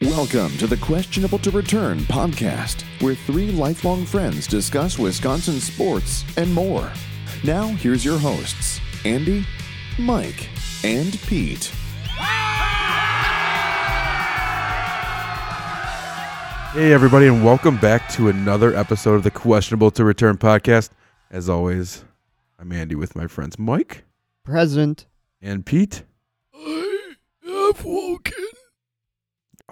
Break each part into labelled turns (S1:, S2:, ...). S1: Welcome to the Questionable to Return podcast, where three lifelong friends discuss Wisconsin sports and more. Now, here's your hosts Andy, Mike, and Pete.
S2: Hey, everybody, and welcome back to another episode of the Questionable to Return podcast. As always, I'm Andy with my friends Mike
S3: Present.
S2: and Pete.
S4: I have woken.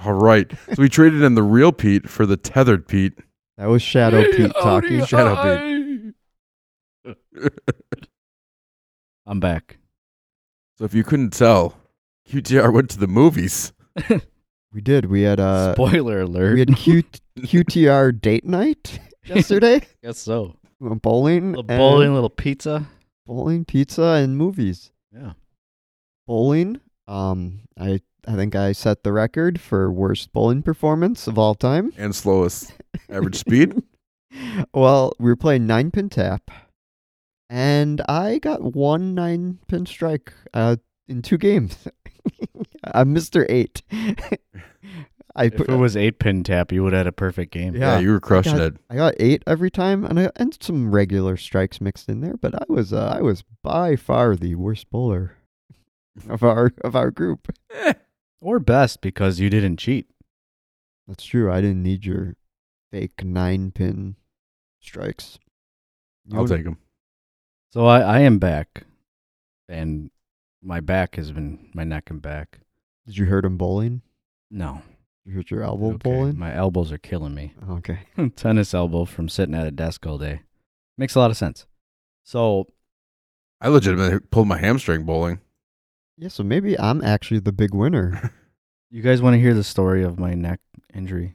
S2: All right. So we traded in the real Pete for the tethered Pete.
S3: That was Shadow
S4: Hey,
S3: Pete talking.
S4: howdy,
S2: Shadow
S4: I-
S5: I'm back.
S2: So if you couldn't tell, QTR went to the movies.
S3: We did. We had uh
S5: Spoiler alert.
S3: we had Q- QTR date night yesterday.
S5: Guess so.
S3: We went bowling,
S5: Little
S3: and-
S5: bowling, little pizza.
S3: bowling, pizza, and movies.
S5: Yeah.
S3: Bowling. Um, I I think I set the record for worst bowling performance of all time.
S2: And slowest average speed.
S3: Well, we were playing nine pin tap, and I got one nine pin strike uh, in two games. I'm Mister Eight. I
S5: If it was eight pin tap, you would have had a perfect game.
S3: Yeah.
S2: you were crushing
S3: God.
S2: it.
S3: I got eight every time, and I and some regular strikes mixed in there. But I was uh, I was by far the worst bowler of our of our group.
S5: Or best because you didn't cheat.
S3: That's true. I didn't need your fake nine pin strikes. You
S2: I'll
S3: wanna-
S2: take him.
S5: So I, I am back. And my back has been my neck and back.
S3: Did you hurt him bowling?
S5: No.
S3: You hurt your elbow
S5: Okay,
S3: bowling? Oh,
S5: My elbows are killing me.
S3: Okay.
S5: Tennis elbow from sitting at a desk all day. Makes a lot of sense. So
S2: I legitimately pulled my hamstring bowling.
S3: Yeah. So maybe I'm actually the big winner.
S5: you guys want to hear the story of my neck injury?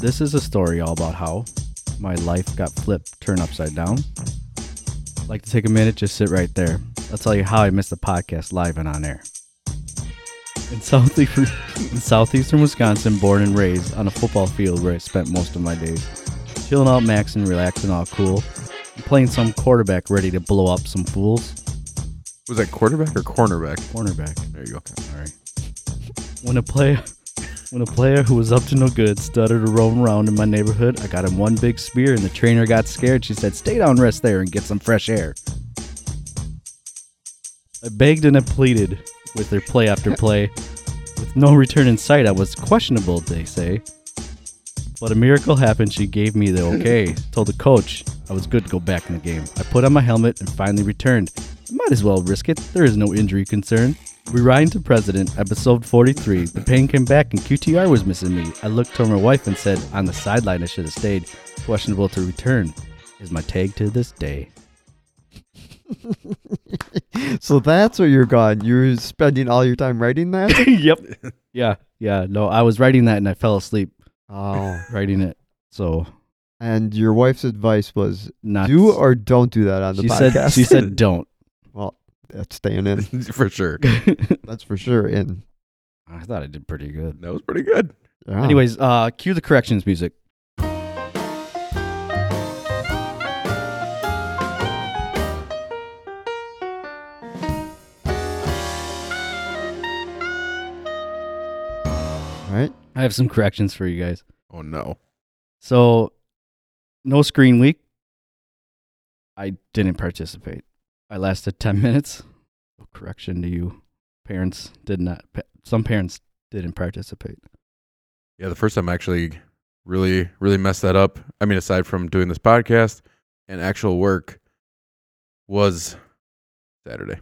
S5: This is a story all about how my life got flipped, turned upside down. I'd like to take a minute, just sit right there. I'll tell you how I missed the podcast live and on air. In, South- in southeastern Wisconsin, born and raised on a football field where I spent most of my days chilling out, maxing, relaxing, all cool, and playing some quarterback ready to blow up some fools.
S2: Was that quarterback or cornerback?
S5: Cornerback.
S2: There you go.
S5: All right. When a player, when a player who was up to no good stuttered to roam around in my neighborhood, I got him one big spear, and the trainer got scared. She said, "Stay down, rest there, and get some fresh air." I begged and I pleaded with their play after play. With no return in sight, I was questionable, they say. But a miracle happened. She gave me the okay. Told the coach I was good to go back in the game. I put on my helmet and finally returned. I might as well risk it. There is no injury concern. Rewind to President, episode 43. The pain came back and QTR was missing me. I looked toward my wife and said, On the sideline, I should have stayed. Questionable to return is my tag to this day.
S3: so that's where you're gone. You're spending all your time writing that.
S5: yep. Yeah. Yeah. No, I was writing that and I fell asleep
S3: oh.
S5: writing it. So,
S3: And your wife's advice was
S5: not.
S3: do or don't do that on the
S5: she
S3: podcast.
S5: said, she said, don't.
S3: well, that's staying in.
S2: for sure.
S5: I
S3: That's for sure. And
S5: thought I did pretty good.
S2: That was pretty good.
S3: yeah.
S5: Anyways, uh, cue the corrections music.
S3: all right.
S5: I have some corrections for you guys.
S2: Oh, no.
S5: So, no screen week. I didn't participate. I lasted 10 minutes. Correction to you. Parents did not, pa- some parents didn't participate.
S2: Yeah, the first time I actually really, really messed that up. I mean, aside from doing this podcast and actual work, was Saturday.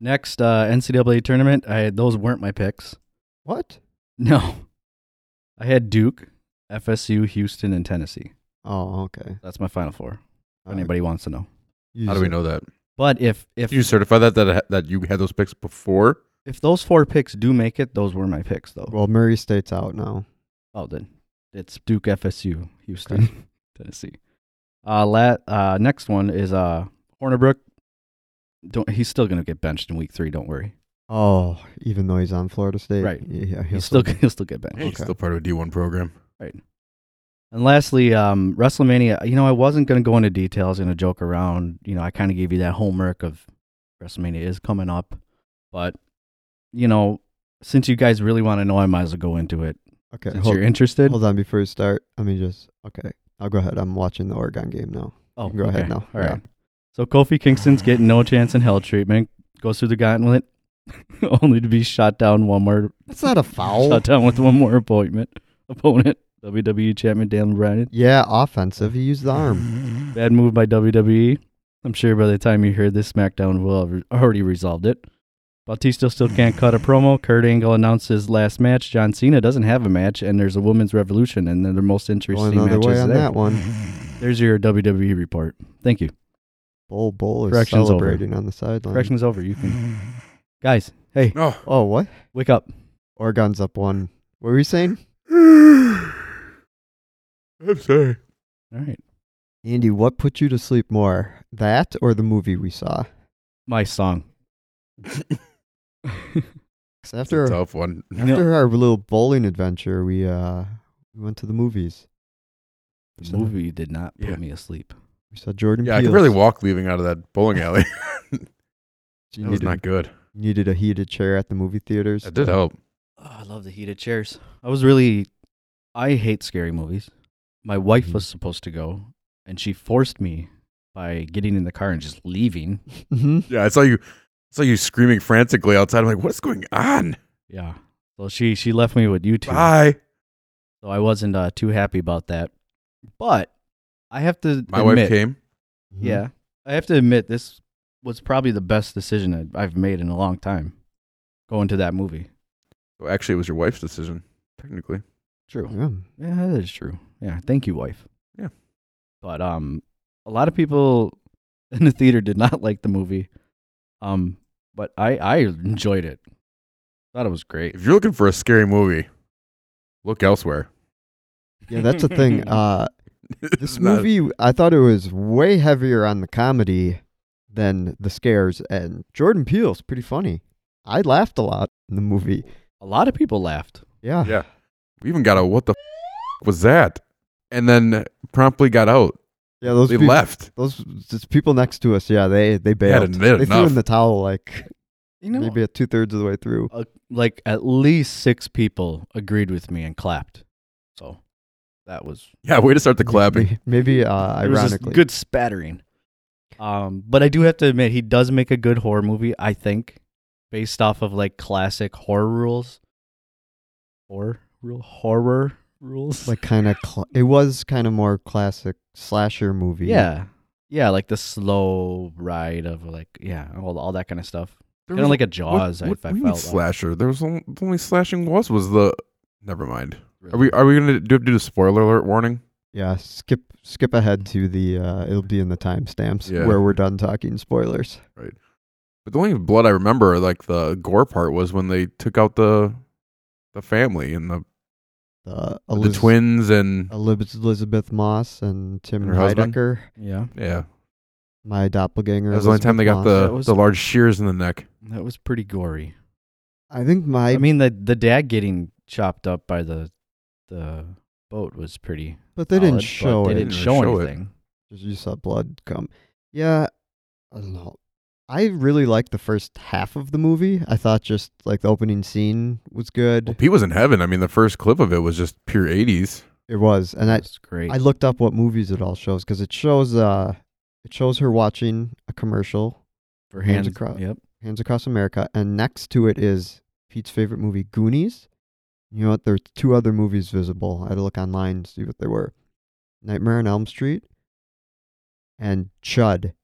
S5: Next, uh, NCAA tournament. I Those weren't my picks.
S3: What?
S5: No. I had Duke, FSU, Houston, and Tennessee.
S3: Oh, okay.
S5: That's my final four. If
S3: Uh,
S5: anybody wants to know.
S3: you
S2: How do we
S3: said-
S2: know that?
S5: But if, if,
S2: Do you certify that that that you had those picks before?
S5: if those four picks do make it, those were my picks, though.
S3: Well, Murray State's out now.
S5: Oh, then it's Duke, FSU, Houston, Tennessee. Uh, la- uh, next one is uh, Hornibrook. Don't he's still gonna get benched in week three? Don't worry,
S3: Oh, even though he's on Florida State,
S5: Right.
S3: Yeah, he'll
S5: he's still he'll still get benched.
S2: Hey, he's
S3: Okay.
S2: still part of a D one program.
S5: And lastly, um, WrestleMania. You know, I wasn't going to go into details and a joke around. You know, I kind of gave you that homework of WrestleMania is coming up, but you know, since you guys really want to know, I might as well go into it.
S3: Okay,
S5: since
S3: hold,
S5: you're interested.
S3: hold on before you start. Let me just. Okay, I'll go ahead. I'm watching the Oregon game now.
S5: Oh,
S3: Go ahead now.
S5: All
S3: Yeah.
S5: right. So Kofi Kingston's getting no chance in hell treatment. Goes through the gauntlet, only to be shot down one more.
S3: That's not a foul.
S5: Shot down with one more appointment opponent. WWE champion Dan Bryan.
S3: yeah, offensive. He used the arm.
S5: Bad move by WWE. I'm sure by the time you hear this, SmackDown will have already resolved it. Bautista still can't cut a promo. Kurt Angle announces his last match. John Cena doesn't have a match, and there's a women's revolution, and they're the most
S3: Going
S5: interesting
S3: another
S5: matches
S3: way on
S5: there.
S3: that one.
S5: There's your WWE report. Thank you.
S3: Bull Bull is
S5: Correction's over.
S3: celebrating on the sideline.
S5: Correction's over. You can, guys. Hey,
S2: Oh.
S3: Oh, what?
S5: wake up.
S3: Oregon's up one. What were you saying?
S2: I'm sorry.
S5: All right.
S3: Andy, what put you to sleep more, that or the movie we saw?
S5: My song.
S3: 'Cause
S2: It's a
S3: after
S2: tough one.
S3: after our little bowling adventure, we uh we went to the movies.
S5: the movie did not put
S2: Yeah.
S5: me asleep.
S3: We saw Jordan.
S2: Yeah, I could
S3: Peele's.
S2: barely walk leaving out of that bowling alley.
S3: She
S2: that was
S3: needed,
S2: not good.
S3: needed a heated chair at the movie theaters.
S2: That did help.
S5: Oh, I love the heated chairs. I was really. I hate scary movies. My wife was supposed to go, and she forced me by getting in the car and just leaving.
S3: hmm
S2: Yeah, I saw you. I saw you screaming frantically outside. I'm like, what's going on?
S5: Yeah. So she she left me with you two.
S2: Bye.
S5: So I wasn't uh, too happy about that. But I have to
S2: My
S5: admit,
S2: wife came.
S5: Yeah.
S3: Mm-hmm.
S5: I have to admit, this was probably the best decision I- I've made in a long time going to that movie.
S2: Well, actually, it was your wife's decision, technically.
S5: True. Yeah, that is true. Yeah. Thank you, wife.
S2: Yeah.
S5: But um, a lot of people in the theater did not like the movie. Um, but I, I enjoyed it. Thought it was great.
S2: If you're looking for a scary movie, look elsewhere.
S3: Yeah, that's the thing. Uh,
S2: It's
S3: this
S2: not-
S3: movie, I thought it was way heavier on the comedy than the scares, and Jordan Peele's pretty funny. I laughed a lot in the movie.
S5: A lot of people laughed.
S3: Yeah.
S2: yeah, we even got a what the f- was that, and then promptly got out.
S3: Yeah, those
S2: They
S3: peop-
S2: left.
S3: Those just people next to us, yeah, they they
S2: had
S3: bailed.
S2: en- they had
S3: they threw
S2: enough.
S3: in the towel like
S5: You know,
S3: maybe at two thirds of the way through.
S5: uh, like at least six people agreed with me and clapped. So that was
S2: Yeah, way to start the clapping.
S3: Maybe, maybe uh,
S5: There was just
S3: ironically,
S5: good spattering. Um, but I do have to admit, he does make a good horror movie. I think, based off of like classic horror rules, or real horror rules.
S3: like kind of cl- it was kind of more classic slasher movie.
S5: yeah, yeah, like the slow ride of like yeah, all, all that kind of stuff.
S2: There
S5: Kind
S2: was-
S5: of like a
S2: what-
S5: Jaws.
S2: What,
S5: if I
S2: what do you mean
S5: felt like.
S2: slasher? There was only, the only slashing was was the. Never mind. Are we are we gonna do, do a spoiler alert warning?
S3: yeah. Skip skip ahead to the uh, it'll be in the timestamps
S2: Mm. Yeah.
S3: where we're done talking spoilers.
S2: But the only blood I remember, like the gore part, was when they took out the the family and the
S3: The,
S2: the
S3: Eliz-
S2: twins
S5: Oh.
S2: and
S3: Eliz- Elizabeth Moss and Tim
S2: And her husband?
S3: Heidecker,
S5: Yeah,
S2: yeah.
S3: my doppelganger.
S2: That was the only time they got
S3: Elizabeth
S2: the
S3: Moss.
S5: That was-
S2: the large shears in the neck.
S5: that was pretty gory.
S3: I think my
S5: I mean, the the dad getting chopped up by the the boat was pretty.
S3: but they didn't
S5: solid, but
S3: show
S5: They
S3: it.
S5: didn't
S2: Didn't
S5: show
S2: show it.
S5: anything.
S3: Just you saw blood come. Yeah, I don't know. I really liked the first half of the movie. I thought just like the opening scene was good.
S2: Well, Pete was in heaven. I mean, the first clip of it was just pure '80s.
S3: It was, and I
S5: That's great.
S3: I looked up what movies it all shows because it shows uh it shows her watching a commercial,
S5: for
S3: hands
S5: hands
S3: across.
S5: Yep.
S3: Hands Across America, and next to it is Pete's favorite movie, Goonies. You know what? There are two other movies visible. I had to look online to see what they were: Nightmare on Elm Street and Chud.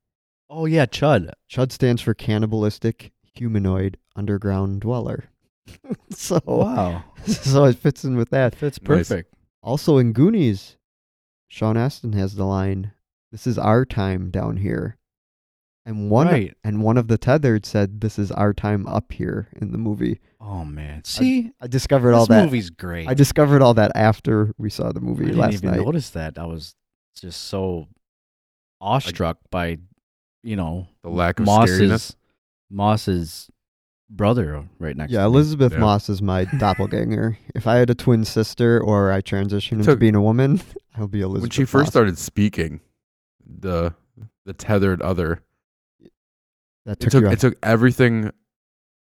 S5: Oh yeah, Chud.
S3: Chud stands for cannibalistic humanoid underground dweller. so
S5: Wow.
S3: so it fits in with that.
S5: That's
S2: Nice.
S5: perfect.
S3: Also in Goonies, Sean Astin has the line, "This is our time down here." And one
S5: Right.
S3: and one of the tethered said, "This is our time up here" in the movie.
S5: Oh man. See,
S3: I discovered
S5: this
S3: all that.
S5: movie's great.
S3: I discovered all that after we saw the
S5: I
S3: movie
S5: didn't
S3: last
S5: even
S3: night.
S5: notice that. I was just so awestruck by, you know,
S2: The lack of scariness.
S5: Moss's Moss's brother right next.
S3: Yeah,
S5: to me.
S3: Elizabeth
S2: Yeah.
S3: Moss is my doppelganger. if I had a twin sister or I transitioned into
S2: Took-
S3: being a woman, I'll be Elizabeth.
S2: when she first
S3: Moss.
S2: started speaking, the the tethered other.
S3: that
S2: It
S3: took,
S2: took
S3: you off.
S2: it took everything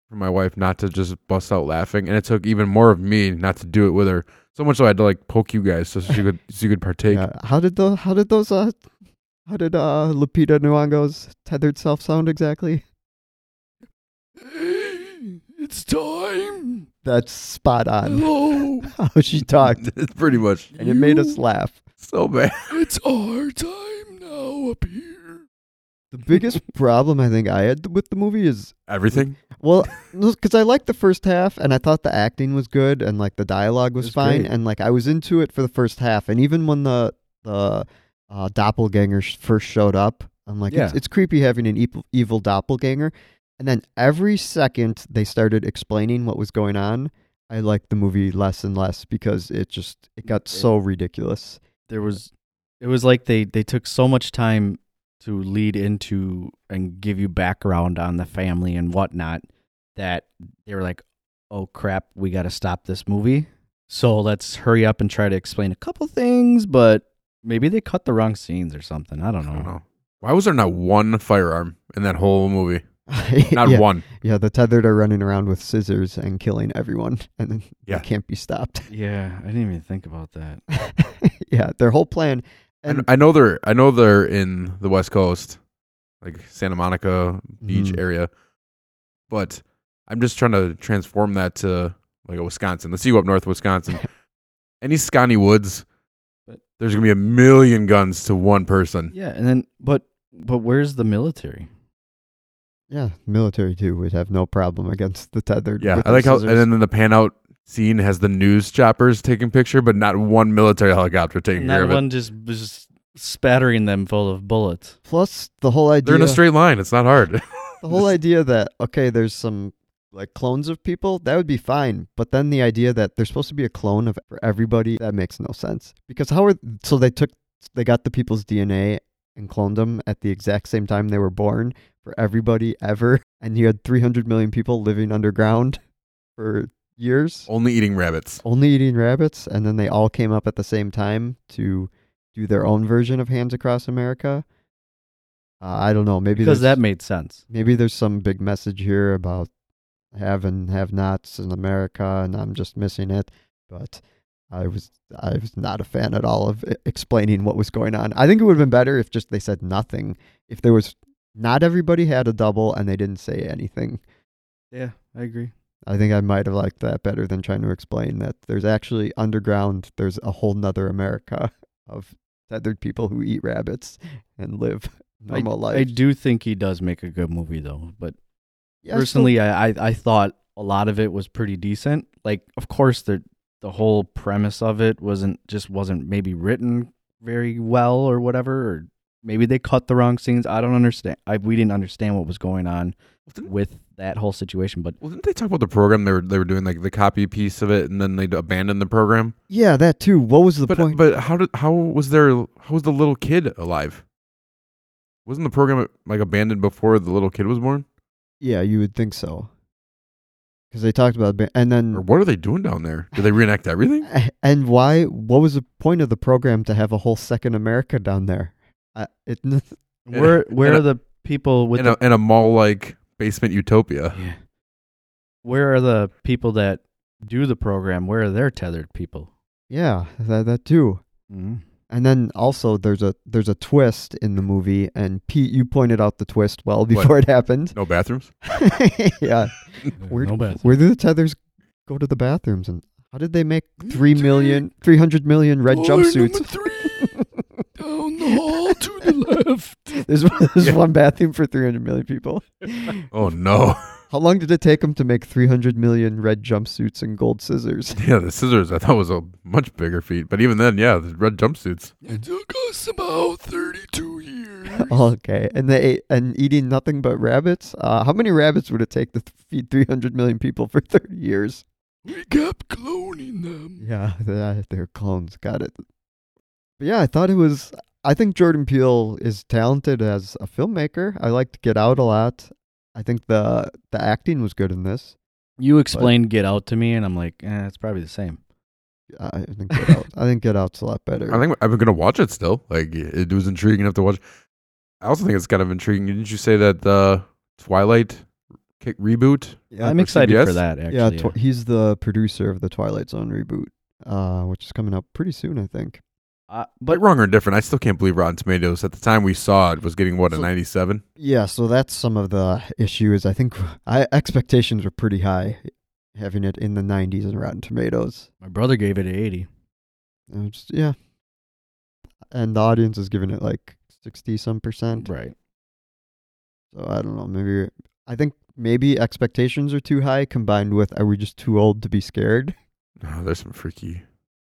S2: for my wife not to just bust out laughing, and it took even more of me not to do it with her. So much so I had to like poke you guys so she could so you could partake.
S3: Yeah. How did the how did those uh how did uh Lupita Nyong'o's tethered self sound exactly?
S4: Hey, it's time.
S3: That's spot on.
S4: Hello.
S3: how she talked,
S2: it's pretty much
S3: and it made us laugh.
S2: so bad.
S4: It's our time now up here.
S3: The biggest problem I think I had with the movie is
S2: Everything.
S3: Well, because I liked the first half, and I thought the acting was good, and like the dialogue was,
S5: was
S3: fine,
S5: great.
S3: and like I was into it for the first half, and even when the the uh, doppelganger sh- first showed up, I'm like, it's,
S5: Yeah.
S3: it's creepy having an evil, evil doppelganger, and then every second they started explaining what was going on. I liked the movie less and less because it just it got so ridiculous.
S5: there was it was like they they took so much time to lead into and give you background on the family and whatnot that they were like oh crap we got to stop this movie so let's hurry up and try to explain a couple things but maybe they cut the wrong scenes or something i don't know,
S2: I don't know. Why was there not one firearm in that whole movie? Not
S3: yeah,
S2: one.
S3: Yeah, the tethered are running around with scissors and killing everyone, and then
S2: Yeah.
S3: they can't be stopped.
S5: yeah i didn't even think about that
S3: yeah, their whole plan.
S2: And
S3: And
S2: I know they're I know they're in the West Coast, like Santa Monica Beach
S3: Mhm.
S2: area, but I'm just trying to transform that to like a Wisconsin. Let's see you up north, Wisconsin. Any Scotty Woods,
S5: But-
S2: there's gonna be a million guns to one person.
S5: yeah and then but but where's the military
S3: yeah, military too would have no problem against the tethered.
S2: Yeah,
S3: with
S2: I like how,
S3: scissors.
S2: and then the pan out scene has the news choppers taking picture, but not one military helicopter taking care
S5: that
S2: of it.
S5: one just just spattering them full of bullets
S3: plus the whole idea.
S2: They're in a straight line. It's not hard.
S3: the whole idea that okay, there's some like clones of people that would be fine, but then the idea that there's supposed to be a clone of for everybody that makes no sense because how are so they took they got the people's DNA and cloned them at the exact same time they were born for everybody ever, and you had 300 million people living underground for years.
S2: Only eating rabbits.
S3: only eating rabbits, and then they all came up at the same time to do their own version of Hams Across America. Uh, I don't know. Maybe
S5: because
S3: there's,
S5: that made sense
S3: maybe there's some big message here about have and have nots in America, and I'm just missing it. But I was I was not a fan at all of i- explaining what was going on. I think it would have been better if just they said nothing. If there was not everybody had a double and they didn't say anything.
S5: yeah i agree
S3: I think I might have liked that better than trying to explain that there's actually underground, there's a whole nother America of tethered people who eat rabbits and live
S5: I-
S3: normal
S5: I,
S3: life.
S5: do think he does make a good movie though. But
S3: Yeah, so-
S5: personally, uh, I, I I thought a lot of it was pretty decent. Like, of course, the the whole premise of it wasn't just wasn't maybe written very well or whatever, or maybe they cut the wrong scenes. I don't understand. I we didn't understand what was going on
S2: Didn't-
S5: with that whole situation. But
S2: Well, didn't they talk about the program they were they were doing like the copy piece of it, and then they abandoned the program?
S3: yeah, that too. What was the
S5: uh,
S2: but
S3: point?
S2: but how did how was there how was the little kid alive? Wasn't the program like abandoned before the little kid was born?
S3: yeah, you would think so. Because they talked about, ba- and
S2: Or
S3: then,
S2: what are they doing down there? Did they reenact everything?
S3: and why, what was the point of the program to have a whole second America down there? I, it,
S2: And-
S5: where where
S2: and
S5: are the people with
S2: In
S5: the,
S2: a, in a mall like basement utopia?
S5: Yeah. where are the people that do the program? Where are their tethered people?
S3: yeah, that, that too.
S5: Mm-hmm.
S3: And then also there's a there's a twist in the movie, and Pete, you pointed out the twist well before it happened.
S2: No bathrooms.
S3: yeah, where,
S5: no bathroom.
S3: where do the tethers go to the bathrooms, and how did they make three million, three hundred million red
S4: Door Number
S3: jumpsuits?
S4: three. Down the hall to the left.
S3: There's, one- there's
S2: Yeah.
S3: one bathroom for three hundred million people.
S2: Oh no!
S3: How long did it take them to make three hundred million red jumpsuits and gold scissors?
S2: yeah, the scissors I thought was a much bigger feat, but even then, yeah, the red jumpsuits.
S4: It took us about 32 years.
S1: Oh.
S3: Okay, and they ate, and eating nothing but rabbits. Uh, how many rabbits would it take to th- feed three hundred million people for thirty years?
S4: We kept cloning them.
S3: Yeah, they're, they're clones. Got it. But yeah, I thought it was. I think Jordan Peele is talented as a filmmaker. I liked Get Out a lot. I think the the acting was good in this.
S5: You explained Get Out to me, and I'm like, eh, it's probably the same.
S3: I Uh, I think Get Out, I think Get Out's a lot better.
S2: I think I'm gonna watch it still. Like it was intriguing enough to watch. I also think it's kind of intriguing. Didn't you say that the Twilight kick reboot?
S3: yeah,
S5: I'm
S2: or
S5: excited for
S2: CBS?
S5: that. Actually,
S3: yeah, tw- he's the producer of the Twilight Zone reboot, uh, which is coming up pretty soon, I think.
S5: Uh,
S2: But
S5: but
S2: wrong or different, I still can't believe Rotten Tomatoes at the time we saw it was getting what a
S3: So-
S2: 97.
S3: Yeah, so that's some of the issue. Is I think I, expectations were pretty high, having it in the 90s and Rotten Tomatoes.
S5: my brother gave it an 80.
S3: And just, yeah, and the audience is giving it like 60 some percent.
S5: Right.
S3: So I don't know. Maybe I think maybe expectations are too high, combined with are we just too old to be scared?
S2: Oh, there's some freaky.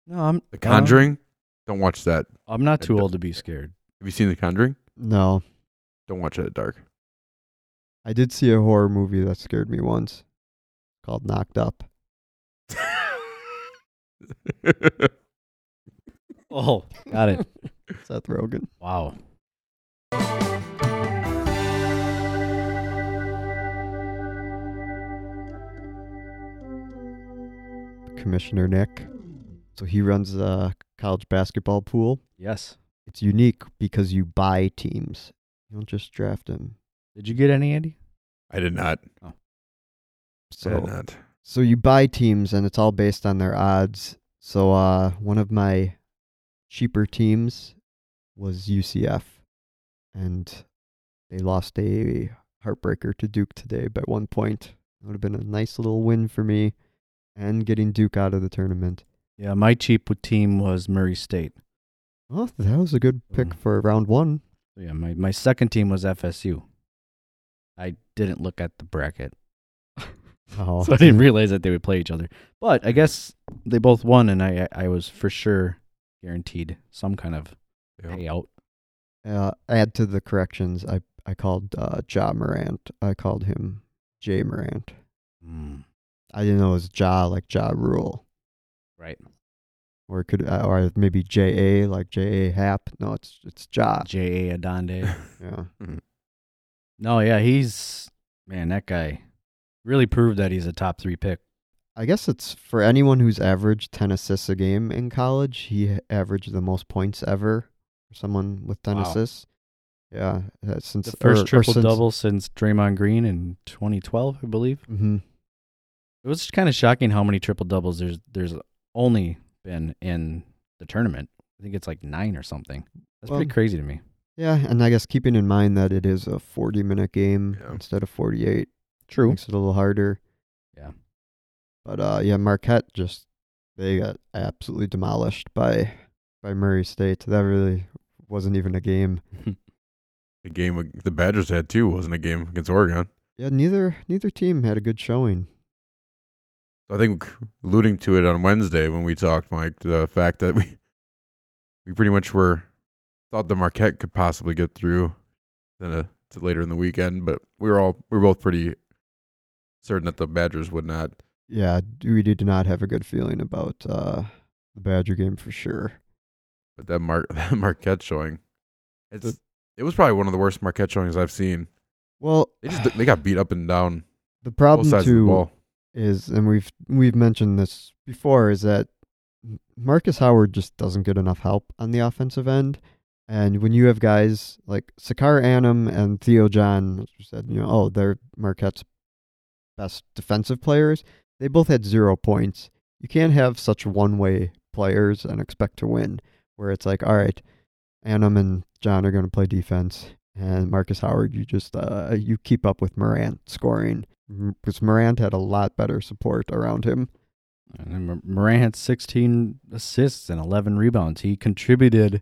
S5: No, I'm
S2: The Conjuring. Don't watch that.
S5: uh, I'm not
S2: I
S5: too
S2: don't-
S5: old to be scared.
S2: Have you seen The Conjuring?
S3: No,
S2: Don't watch it at dark.
S3: I did see a horror movie that scared me once, called Knocked Up.
S5: Oh, got it.
S3: Seth Rogen.
S5: Wow.
S3: Commissioner Nick. So he runs a college basketball pool.
S5: Yes.
S3: It's unique because you buy teams. You don't just draft them.
S5: Did you get any, Andy?
S2: I did not. I did
S3: So
S2: not.
S3: so you buy teams and it's all based on their odds. So uh one of my cheaper teams was UCF and they lost a heartbreaker to Duke today by one point. It would have been a nice little win for me and getting Duke out of the tournament.
S5: Yeah, my cheap team was Murray State.
S3: Well, that was a good pick
S5: Mm.
S3: for round one.
S5: Yeah, my, my second team was FSU. I didn't look at the bracket,
S3: Oh.
S5: so I didn't realize that they would play each other. But I guess they both won, and I I I was for sure guaranteed some kind of
S2: Yeah.
S5: payout.
S3: uh, add to the corrections. I I called uh, Ja Morant. I called him Jay Morant.
S5: Mm.
S3: I didn't know it was Ja like Ja Rule,
S5: Right.
S3: or it could uh, or maybe J A like J A Hap. No, it's it's Ja.
S5: J A Adonde.
S3: Yeah.
S5: No, yeah, he's man, that guy really proved that he's a top three pick.
S3: I guess it's for anyone who's averaged ten assists a game in college. He averaged the most points ever for someone with ten
S5: Wow.
S3: assists. Yeah, uh, since
S5: The first
S3: or- or
S5: triple
S3: since-
S5: double since Draymond Green in 2012, I believe.
S3: Mhm.
S5: It was kind of shocking how many triple doubles there's there's only been in the tournament. I think it's like nine or something. That's
S3: Well,
S5: pretty crazy to me.
S3: Yeah, and I guess keeping in mind that it is a forty-minute game
S2: Yeah.
S3: instead of forty-eight.
S5: True.
S3: Makes it a little harder.
S5: Yeah.
S3: But uh, yeah, Marquette just they got absolutely demolished by by Murray State. That really wasn't even a game.
S2: The game ag- the Badgers had too wasn't a game against Oregon.
S3: Yeah, neither neither team had a good showing.
S2: I think alluding to it on Wednesday when we talked, Mike, the fact that we we pretty much were thought the Marquette could possibly get through then uh to later in the weekend, but we were all we were both pretty certain that the Badgers would not.
S3: Yeah, we did not have a good feeling about uh, the Badger game for sure.
S2: But that Mar- that Marquette showing, it's it was probably one of the worst Marquette showings I've seen.
S3: Well,
S2: They just they got beat up and down
S3: the
S2: both
S3: problem
S2: sides of the
S3: too
S2: ball.
S3: is, and we've we've mentioned this before, is that Marcus Howard just doesn't get enough help on the offensive end. And when you have guys like Sakar Annam and Theo John, as we said, you know, oh, they're Marquette's best defensive players. They both had zero points. You can't have such one-way players and expect to win. Where it's like, all right, Annam and John are going to play defense, and Marcus Howard, you just uh, you keep up with Morant scoring because Morant had a lot better support around him.
S5: And then Mor- Moran had 16 assists and 11 rebounds. He contributed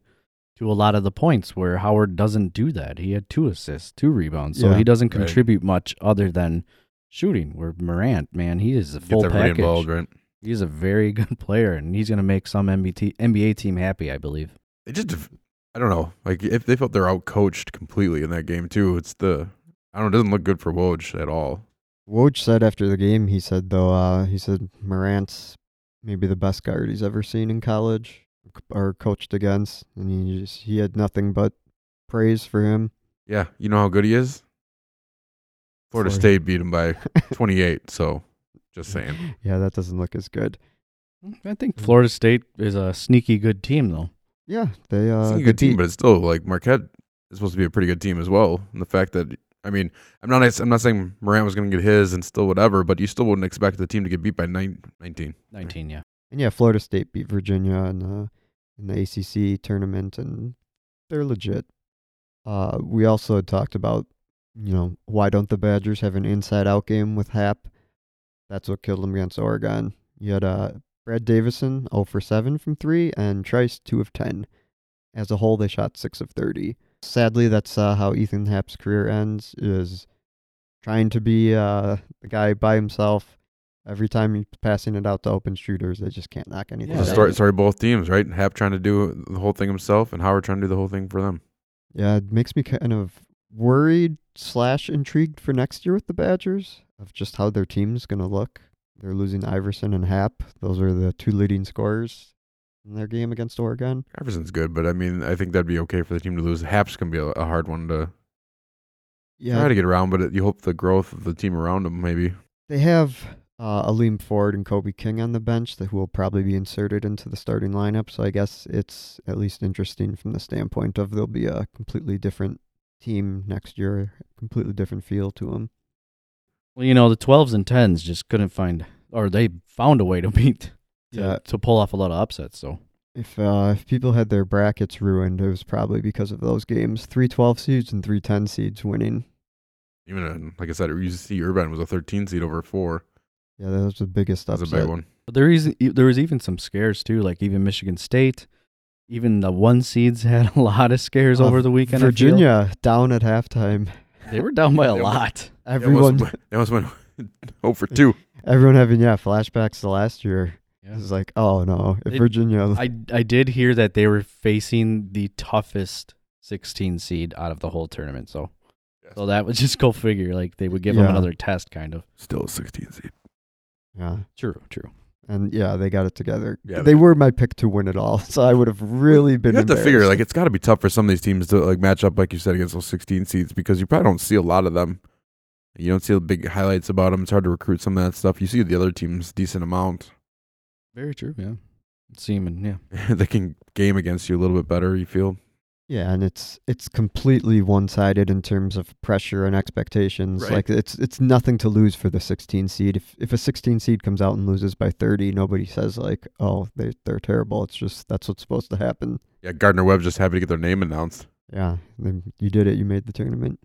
S5: to a lot of the points where Howard doesn't do that. He had two assists, two rebounds, so
S3: Yeah.
S5: he doesn't
S2: Right.
S5: contribute much other than shooting. Where Morant, man, he is a
S2: Get
S5: full
S2: everybody
S5: package.
S2: involved, right?
S5: He's a very good player, and he's going to make some MBT, NBA team happy, I believe.
S2: They just I don't know. Like if they felt they're out coached completely in that game too, it's the I don't know, it doesn't look good for Woj at all.
S3: Woj said after the game, he said though, uh, he said Morant's maybe the best guard he's ever seen in college or coached against, and he just he had nothing but praise for him.
S2: Yeah, you know how good he is? Florida
S5: Sorry.
S2: State beat them by 28. So, just saying.
S3: Yeah, that doesn't look as good.
S5: I think Mm-hmm. Florida State is a sneaky good team, though.
S3: Yeah, they. Uh,
S2: it's a
S3: they
S2: good team,
S3: beat-
S2: but it's still like Marquette is supposed to be a pretty good team as well. And the fact that I mean, I'm not I'm not saying Moran was going to get his and still whatever, but you still wouldn't expect the team to get beat by nine, 19.
S5: 19, yeah.
S3: and yeah, Florida State beat Virginia uh, in the in the ACC tournament, and they're legit. Uh, we also talked about, you know, why don't the Badgers have an inside-out game with Hap? That's what killed them against Oregon. You had uh, Brad Davison 0 for 7 from three, and Trice 2 of 10. As a whole, they shot 6 of 30. Sadly, that's uh, how Ethan Hap's career ends. Is trying to be uh, the guy by himself. Every time he's passing it out to open shooters, they just can't knock anything.
S5: Yeah,
S2: Yeah,
S3: down.
S5: that-
S2: sorry, sorry, both teams, right? Hap trying to do the whole thing himself, and Howard trying to do the whole thing for them.
S3: Yeah, it makes me kind of worried slash intrigued for next year with the Badgers of just how their team's gonna look. They're losing Iverson and Hap. Those are the two leading scorers in their game against Oregon.
S2: Iverson's good, but I mean, I think that'd be okay for the team to lose. Hap's going to be a, a hard one to try to get around, but it, you hope the growth of the team around him maybe.
S3: they have uh, Aleem Ford and Kobe King on the bench that who will probably be inserted into the starting lineup. So I guess it's at least interesting from the standpoint of there'll be a completely different team next year, a completely different feel to them.
S5: Well, you know, the 12s and 10s just couldn't find, or they found a way to beat, to,
S3: Yeah.
S5: to pull off a lot of upsets. So,
S3: If uh, if people had their brackets ruined, it was probably because of those games. Three twelve seeds and three ten seeds winning.
S2: Even uh, like I said, UC Urban was a 13 seed over four.
S3: Yeah, that was the biggest
S2: That's a
S3: upset.
S2: big one.
S5: but there is e, there was even some scares too, like even Michigan State, even the one seeds had a lot of scares
S3: Uh,
S5: over the weekend. I feel.
S3: Virginia down at halftime.
S5: they were down by a
S2: They were-
S5: lot.
S2: They almost
S3: Everyone,
S2: went- they almost went 0 for 2.
S3: everyone having yeah flashbacks to last year.
S5: Yeah.
S3: It's like, oh no, if
S5: They-
S3: Virginia
S5: I I did hear that they were facing the toughest 16 seed out of the whole tournament. So, so that would just go figure. Like they would give
S3: Yeah.
S5: them another test, kind of.
S2: Still a 16 seed.
S3: yeah,
S5: True, true.
S3: and yeah, they got it together.
S2: Yeah,
S3: they,
S2: they-
S3: were my pick to win it all, so I would have really been.
S2: You have to figure
S3: embarrassed.
S2: like it's got to be tough for some of these teams to like match up, like you said, against those 16 seeds because you probably don't see a lot of them. You don't see the big highlights about them. It's hard to recruit some of that stuff. You see the other teams decent amount.
S5: Very true. Yeah. Seaman. Yeah.
S2: they can game against you a little bit better. You feel
S3: yeah, and it's it's completely one sided in terms of pressure and expectations.
S2: Right.
S3: Like it's it's nothing to lose for the 16 seed. If if a 16 seed comes out and loses by 30, nobody says like, oh, they they're terrible. It's just that's what's supposed to happen.
S2: yeah. Gardner Webb just happy to get their name announced.
S3: Yeah, then you did it. You made the tournament.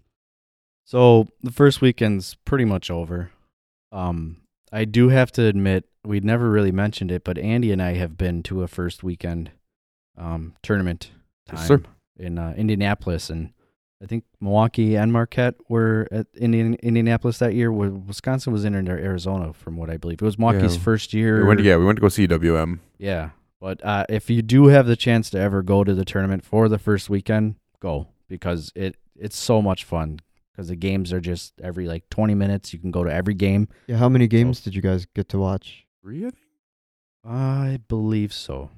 S5: So the first weekend's pretty much over. Um, I do have to admit we never really mentioned it, but Andy and I have been to a first weekend um, tournament time
S2: Yes, sir.
S5: in uh, Indianapolis, and I think Milwaukee and Marquette were at Indian, Indianapolis that year. Where Wisconsin was in Ar- Arizona, from what I believe. It was Milwaukee's
S2: Yeah.
S5: first year.
S2: We went, yeah, we went to go see E WM.
S5: Yeah. But uh, if you do have the chance to ever go to the tournament for the first weekend, go because it it's so much fun because the games are just every like 20 minutes. You can go to every game.
S3: Yeah, how many games did you guys get to watch?
S2: Three, I think.
S5: I believe so.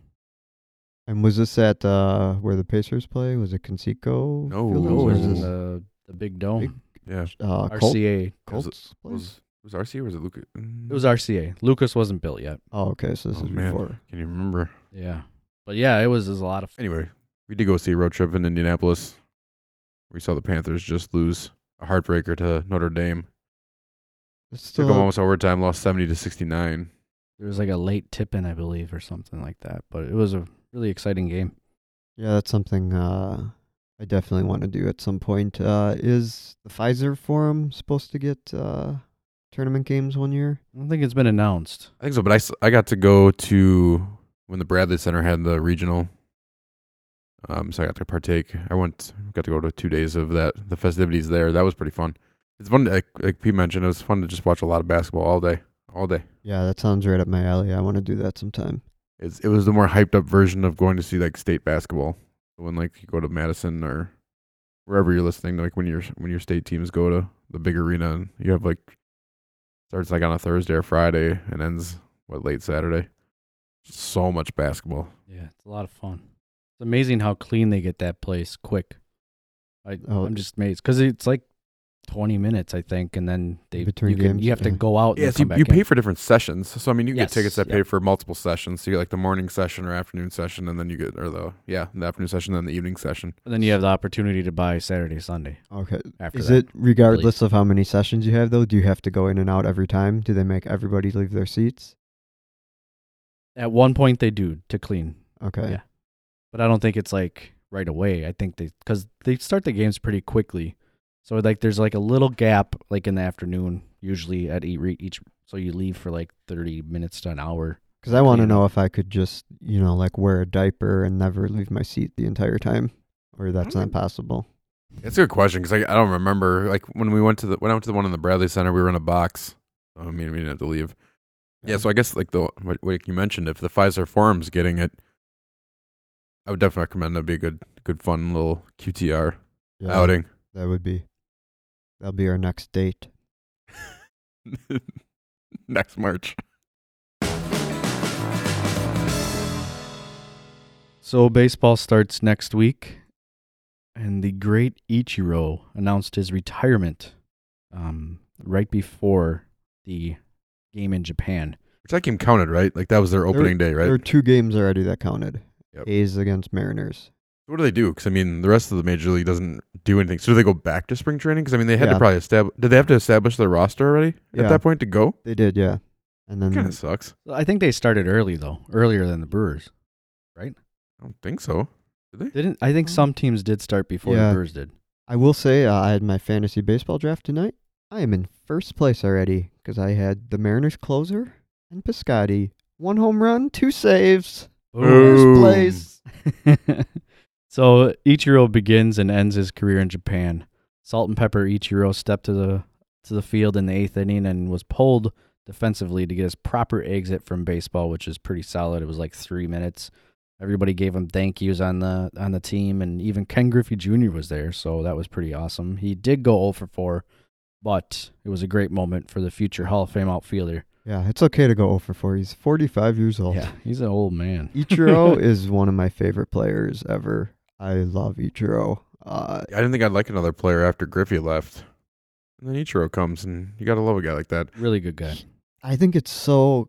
S3: And was this at uh, where the Pacers play? Was it Conseco?
S2: No,
S3: Field
S2: it
S3: House, or
S2: was
S3: is this,
S5: the, the big dome.
S3: Big-
S2: Yeah,
S3: uh, Colt-
S5: RCA.
S2: was-
S3: Colts? place?
S2: was was RC or was it Luca? Mm,
S5: It was RCA. Lucas wasn't built yet.
S3: Oh, okay. So this
S2: Oh,
S3: is
S2: man.
S3: before.
S2: Can you remember?
S5: Yeah. But yeah, it was, it was a lot of fun.
S2: Anyway, we did go see a road trip in Indianapolis. We saw the Panthers just lose a heartbreaker to Notre Dame.
S3: It's
S2: Took
S3: still uh,
S2: them almost overtime, lost seventy to sixty nine.
S5: There was like a late tip in, I believe, or something like that. But it was a really exciting game.
S3: yeah, that's something uh, I definitely want to do at some point. Uh, is the Pfizer Forum supposed to get uh, tournament games one year?
S5: I don't think it's been announced.
S2: I think so, but I, s- I got to go to when the Bradley Center had the regional. Um, so I got to partake. I went, got to go to two days of that, the festivities there. That was pretty fun. It's fun, to, like, like Pete mentioned, it was fun to just watch a lot of basketball all day, all day.
S3: Yeah, that sounds right up my alley. I want to do that sometime.
S2: It's, it was the more hyped up version of going to see like state basketball. When like you go to Madison or wherever you're listening, like when your when your state teams go to the big arena, and you have like starts like on a Thursday or Friday and ends what late Saturday. So much basketball.
S5: Yeah, it's a lot of fun. It's amazing how clean they get that place quick. I
S3: Oh.
S5: I'm just amazed because it's like 20 minutes, I think, and then they
S3: Between
S5: you, can-
S3: games,
S5: you have to
S3: yeah.
S5: go out.
S2: Yeah,
S5: and
S2: so
S5: come
S2: you,
S5: back
S2: you pay
S5: in.
S2: for different sessions. So I mean, you
S5: Yes,
S2: get tickets that
S5: yeah.
S2: pay for multiple sessions. So you get like the morning session or afternoon session, and then you get or the yeah the afternoon session, then the evening session.
S5: And then you have the opportunity to buy Saturday, Sunday
S3: Okay.
S5: after
S3: Is
S5: that.
S3: it regardless of how many sessions you have though? Do you have to go in and out every time? Do they make everybody leave their seats?
S5: At one point, they do to clean,
S3: Okay.
S5: Yeah. but I don't think it's like right away. I think they because they start the games pretty quickly, so like there's like a little gap like in the afternoon usually at each, each so you leave for like 30 minutes to an hour.
S3: Because I want to
S5: Clean
S3: know if I could just, you know, like wear a diaper and never leave my seat the entire time, or that's not possible.
S2: It's a good question because I, I don't remember like when we went to the when I went to the one in the Bradley Center, we were in a box. So, I mean, we didn't have to leave. Yeah, so I guess like the what, what you mentioned, if the Pfizer forum's getting it, I would definitely recommend that'd be a good good fun little QTR
S3: Yeah,
S2: outing.
S3: That would be. That'll be our next date.
S2: next March.
S5: So baseball starts next week, and the great Ichiro announced his retirement um, right before the game in Japan.
S2: Which that game counted, right? Like that was their opening day,
S3: There were
S2: right?
S3: two games already that counted.
S2: Yep.
S3: A's against Mariners.
S2: What do they do? Because I mean, the rest of the major league doesn't do anything. So do they go back to spring training? Because I mean, they had
S3: Yeah.
S2: to probably establish. Did they have to establish their roster already
S3: Yeah. Mm-hmm.
S2: at that point to go?
S3: They did, yeah. And then
S2: Kind of sucks.
S5: I think they started early though, earlier than the Brewers.
S2: I don't think so. Did they?
S5: Didn't I think some teams did start before
S3: Yeah.
S5: the Brewers did?
S3: I will say uh, I had my fantasy baseball draft tonight. I am in first place already because I had the Mariners closer and Piscotty. One home run, two saves. First
S2: Boom.
S3: place.
S5: so Ichiro begins and ends his career in Japan. Salt and Pepper Ichiro stepped to the to the field in the eighth inning and was pulled defensively to get his proper exit from baseball, which is pretty solid. It was like three minutes. Everybody gave him thank yous on the on the team, and even Ken Griffey Jr. was there, so that was pretty awesome. He did go 0 for 4, but it was a great moment for the future Hall of Fame outfielder.
S3: Yeah, it's okay to go 0 for 4. He's 45 years old.
S5: Yeah, he's an old man.
S3: Ichiro is one of my favorite players ever. I love Ichiro. Uh,
S2: I didn't think I'd like another player after Griffey left. And then Ichiro comes, and you gotta love a guy like that.
S5: really good guy.
S3: I think it's so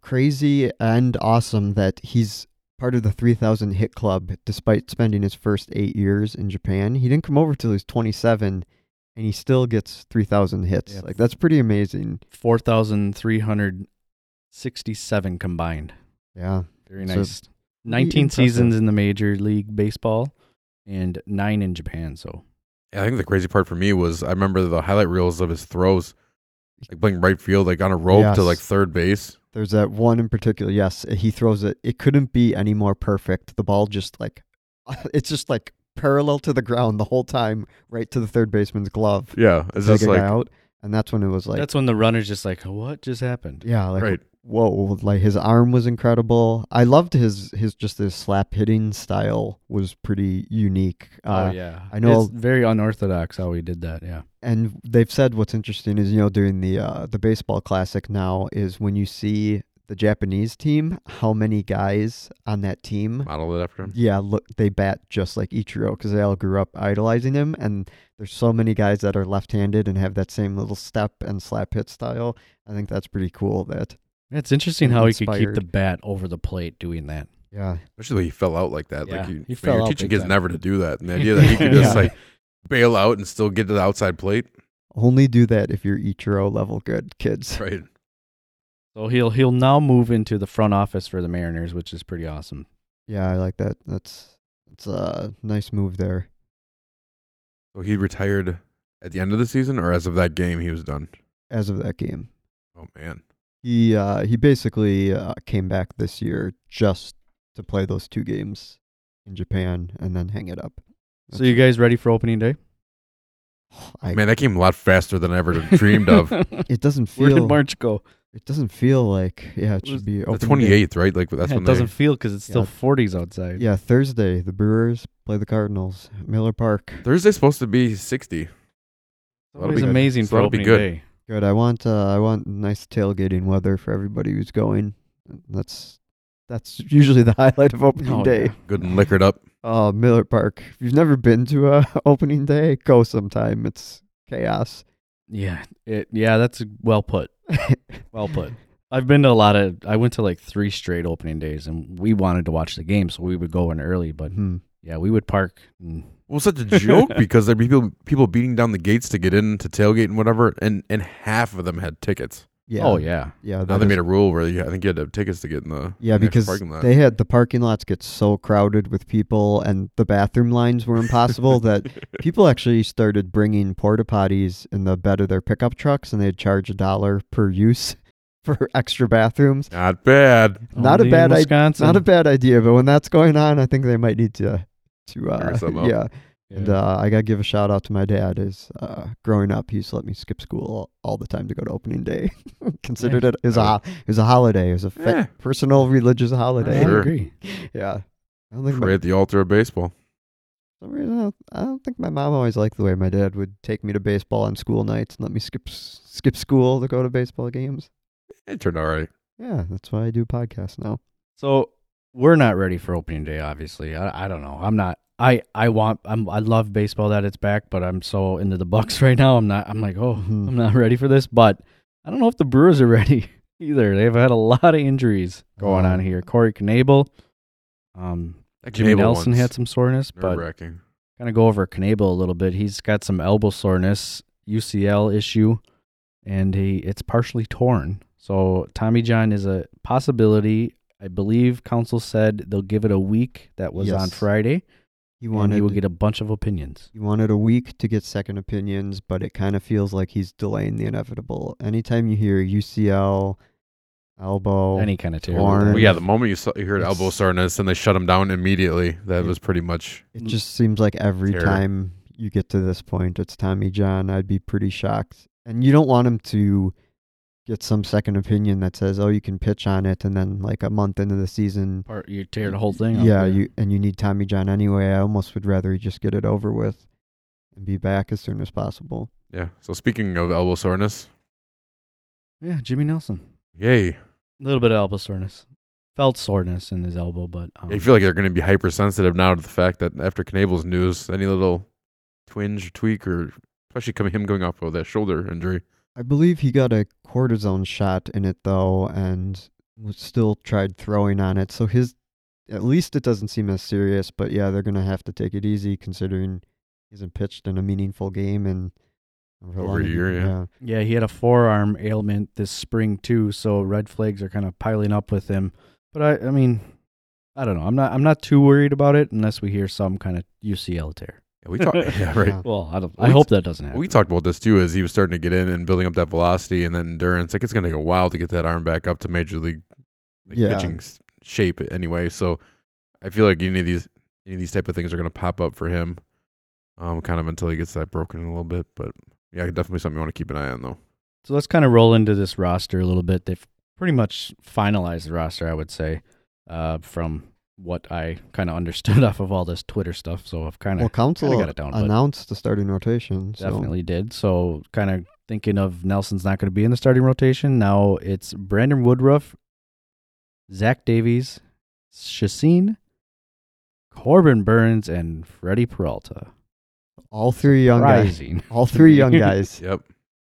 S3: crazy and awesome that he's part of the 3,000 hit club despite spending his first eight years in Japan. He didn't come over till he was 27 and he still gets 3,000 hits.
S5: Yeah.
S3: Like, that's pretty amazing.
S5: 4,367 combined.
S3: Yeah.
S5: Very
S3: So,
S5: nice.
S3: pretty
S5: 19
S3: impressive.
S5: seasons in the Major League Baseball and nine in Japan. So
S2: I think the crazy part for me was I remember the highlight reels of his throws, like playing right field, like on a rope
S3: Yes.
S2: to like third base.
S3: There's that one in particular. Yes, he throws it. It couldn't be any more perfect. The ball just like, it's just like parallel to the ground the whole time, right to the third baseman's glove.
S2: Yeah, it's
S3: Take
S2: just
S3: a guy
S2: like
S3: out. And that's when it was like,
S5: that's when the runner's just like, what just happened?
S3: yeah, like,
S2: right.
S3: whoa like his arm was incredible i loved his his just his slap hitting style was pretty unique uh,
S5: oh, yeah.
S3: I know-
S5: It's very unorthodox how he did that. Yeah.
S3: and they've said what's interesting is you know during the uh, the baseball classic now is when you see the japanese team how many guys on that team
S2: Modeled it after him.
S3: yeah look they bat just like ichiro because they all grew up idolizing him and there's so many guys that are left-handed and have that same little step and slap hit style i think that's pretty cool that
S5: It's interesting
S3: And
S5: how he could keep
S3: inspired.
S5: the bat over the plate doing that.
S3: yeah
S2: Especially he fell out like that.
S5: Yeah,
S2: like you,
S5: he
S2: I mean,
S5: fell
S2: you're
S5: out
S2: teaching
S5: big
S2: kids
S5: time.
S2: never to do that. And the idea that he could just
S5: Yeah.
S2: like bail out and still get to the outside plate.
S3: only do that if you're ichiro level good kids
S2: Right.
S5: So he'll he'll now move into the front office for the Mariners, which is pretty awesome.
S3: Yeah, I like that. That's that's a nice move there.
S2: So he retired at the end of the season or as of that game he was done.
S3: As of that game,
S2: Oh man.
S3: he uh, he basically uh, came back this year just to play those two games in Japan and then hang it up.
S5: So you guys ready for opening day?
S3: I,
S2: Man, that came a lot faster than I ever dreamed of.
S3: it doesn't
S5: Where
S3: feel
S5: did March go?
S3: it doesn't feel like yeah it
S5: It was
S3: should be
S2: The
S3: opening
S2: twenty
S3: day.
S2: eighth, right? Like that's
S5: Yeah,
S2: when
S5: it doesn't
S2: they,
S5: feel because it's still
S3: Yeah.
S5: 40s outside.
S3: Yeah, Thursday the Brewers play the Cardinals, Miller Park.
S2: Thursday's supposed to be sixty. That'll
S5: It was
S2: be good.
S5: amazing
S2: So
S5: for
S2: that'll be
S5: opening
S2: good.
S5: day.
S3: Good. I want uh, I want nice tailgating weather for everybody who's going. That's that's usually the highlight of opening
S5: Oh,
S3: day. Uh,
S5: yeah.
S2: Good and liquored up.
S3: Oh, Miller Park. If you've never been to a opening day, go sometime. It's chaos.
S5: Yeah, it. Yeah, that's well put. Well put. I've been to a lot of. I went to like three straight opening days, and we wanted to watch the game, so we would go in early. But
S3: Mhm.
S5: yeah, we would park. And,
S2: Well, such a joke because there'd be people people beating down the gates to get in to tailgate and whatever, and and half of them had tickets.
S3: Yeah.
S5: Oh yeah,
S3: Yeah.
S2: Now
S3: that
S2: they
S3: is-
S2: made a rule where you, I think you had to have tickets to get in the
S3: yeah,
S2: in the actual
S3: because
S2: parking lot.
S3: they had the parking lots get so crowded with people, and the bathroom lines were impossible that people actually started bringing porta potties in the bed of their pickup trucks, and they'd charge a dollar per use for extra bathrooms.
S2: not bad.
S3: Not a
S5: Only in
S3: bad idea. It's
S5: Wisconsin.
S3: not a bad idea, but when that's going on, I think they might need to to uh,
S2: Figure something out.
S3: yeah. And
S5: Yeah.
S3: uh, I gotta give a shout out to my dad. Is uh, growing up, he used to let me skip school all the time to go to opening day. Considered it as a ho- it was a holiday. It was a fa-
S2: Yeah.
S3: personal religious holiday.
S5: I
S2: Sure.
S5: agree.
S3: Yeah, I don't think my,
S2: Pray at the altar of baseball.
S3: for some reason, I don't- I don't think my mom always liked the way my dad would take me to baseball on school nights and let me skip s- skip school to go to baseball games.
S2: It turned all right.
S3: Yeah, that's why I do podcasts now.
S5: So we're not ready for opening day. Obviously, I, I don't know. I'm not. I I want. I'm. I love baseball that it's back, but I'm so into the Bucks right now. I'm not. I'm like, oh,
S3: Mhm.
S5: I'm not ready for this. But I don't know if the Brewers are ready either. They've had a lot of injuries going
S3: Oh.
S5: on here. Corey Knable, um,
S2: That
S5: Jimmy
S2: Knebel
S5: Nelson
S2: one's
S5: had some soreness, but
S2: nerve-wracking.
S5: kind of go over Knable a little bit. He's got some elbow soreness, UCL issue, and he it's partially torn. So Tommy John is a possibility. I believe council said they'll give it a week. That was on
S3: Yes.
S5: Friday,
S3: He
S5: and
S3: wanted
S5: he will get a bunch of opinions.
S3: He wanted a week to get second opinions, but it kind of feels like he's delaying the inevitable. Anytime you hear UCL, elbow,
S5: Any kind of tear.
S3: Oh, Torn.
S2: Well, yeah, the moment you, saw, you heard elbow
S3: It's-
S2: soreness and they shut him down immediately, that was pretty much.
S3: it just seems like every
S2: Tear.
S3: time you get to this point, it's Tommy John. I'd be pretty shocked. And you don't want him to get some second opinion that says, "Oh, you can pitch on it," and then like a month into the season,
S5: Part, you tear the whole thing. up,
S3: yeah, you and you need Tommy John anyway. I almost would rather he just get it over with and be back as soon as possible.
S2: Yeah. So speaking of elbow soreness,
S5: yeah. Jimmy Nelson,
S2: yay.
S5: a little bit of elbow soreness, felt soreness in his elbow, but um,
S2: I feel like they're going to be hypersensitive now to the fact that after Knable's news, any little twinge or tweak, or especially coming him going off of that shoulder injury,
S3: I believe he got a cortisone shot in it though, and was still tried throwing on it. So his, at least it doesn't seem as serious. But yeah, they're gonna have to take it easy considering he hasn't pitched in a meaningful game and
S2: Over a year, yeah.
S5: Yeah, he had a forearm ailment this spring too, so red flags are kind of piling up with him. But I, I mean, I don't know. I'm not. I'm not too worried about it unless we hear some kind of UCL tear.
S2: yeah, we talked. yeah, right.
S3: Yeah.
S5: Well, I don't.
S2: We-
S5: I hope that doesn't happen.
S2: We talked about this too as he was starting to get in and building up that velocity and then endurance. Like it's going to take a while to get that arm back up to major league like,
S3: Yeah.
S2: pitching s- shape anyway. So I feel like any of these any of these type of things are going to pop up for him, um, kind of until he gets that broken a little bit. But yeah, definitely something you want to keep an eye on though.
S5: So let's kind of roll into this roster a little bit. They've pretty much finalized the roster, I would say, uh, from what I kind of understood off of all this Twitter stuff. So I've kind of
S3: Well, council
S5: got it down, but-
S3: announced the starting rotation. So
S5: Definitely did. So kind of thinking of Nelson's not going to be in the starting rotation. Now it's Brandon Woodruff, Zach Davies, Shasin, Corbin Burns, and Freddie Peralta.
S3: all three young guys,
S5: Rising.
S3: all three young guys.
S2: Yep.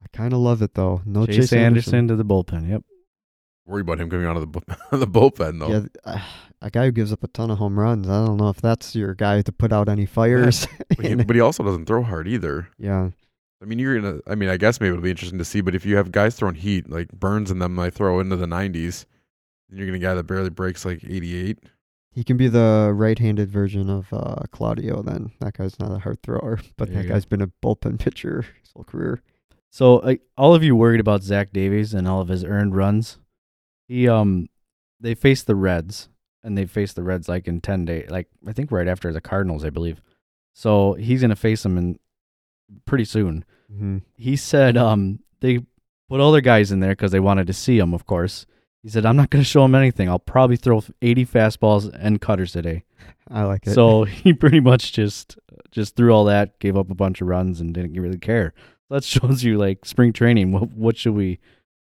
S3: I kind of love it though. No
S5: Chase, Anderson. to the bullpen. Yep.
S2: Worry about him coming out of the bu- the bullpen though.
S3: Yeah, th- uh, a guy who gives up a ton of home runs. I don't know if that's your guy to put out any fires.
S2: But he- but he also doesn't throw hard either.
S3: yeah,
S2: I mean, you're gonna. I mean, I guess maybe it'll be interesting to see. But if you have guys throwing heat like Burns and them, they throw into the 90s, then you're gonna get a guy that barely breaks like 88.
S3: He can be the right-handed version of uh, Claudio. Then that guy's not a hard thrower, but
S5: There
S3: that
S5: you go.
S3: guy's been a bullpen pitcher his whole career.
S5: So uh, all of you worried about Zach Davies and all of his earned runs. He um, they faced the Reds and they faced the Reds like in ten days, like I think right after the Cardinals, I believe. So he's going to face them in pretty soon.
S3: Mm-hmm.
S5: he said um they put all their guys in there because they wanted to see him of course he said i'm not going to show him anything i'll probably throw 80 fastballs and cutters today
S3: I like it.
S5: so he pretty much just just threw all that gave up a bunch of runs and didn't really care that shows you like spring training what what should we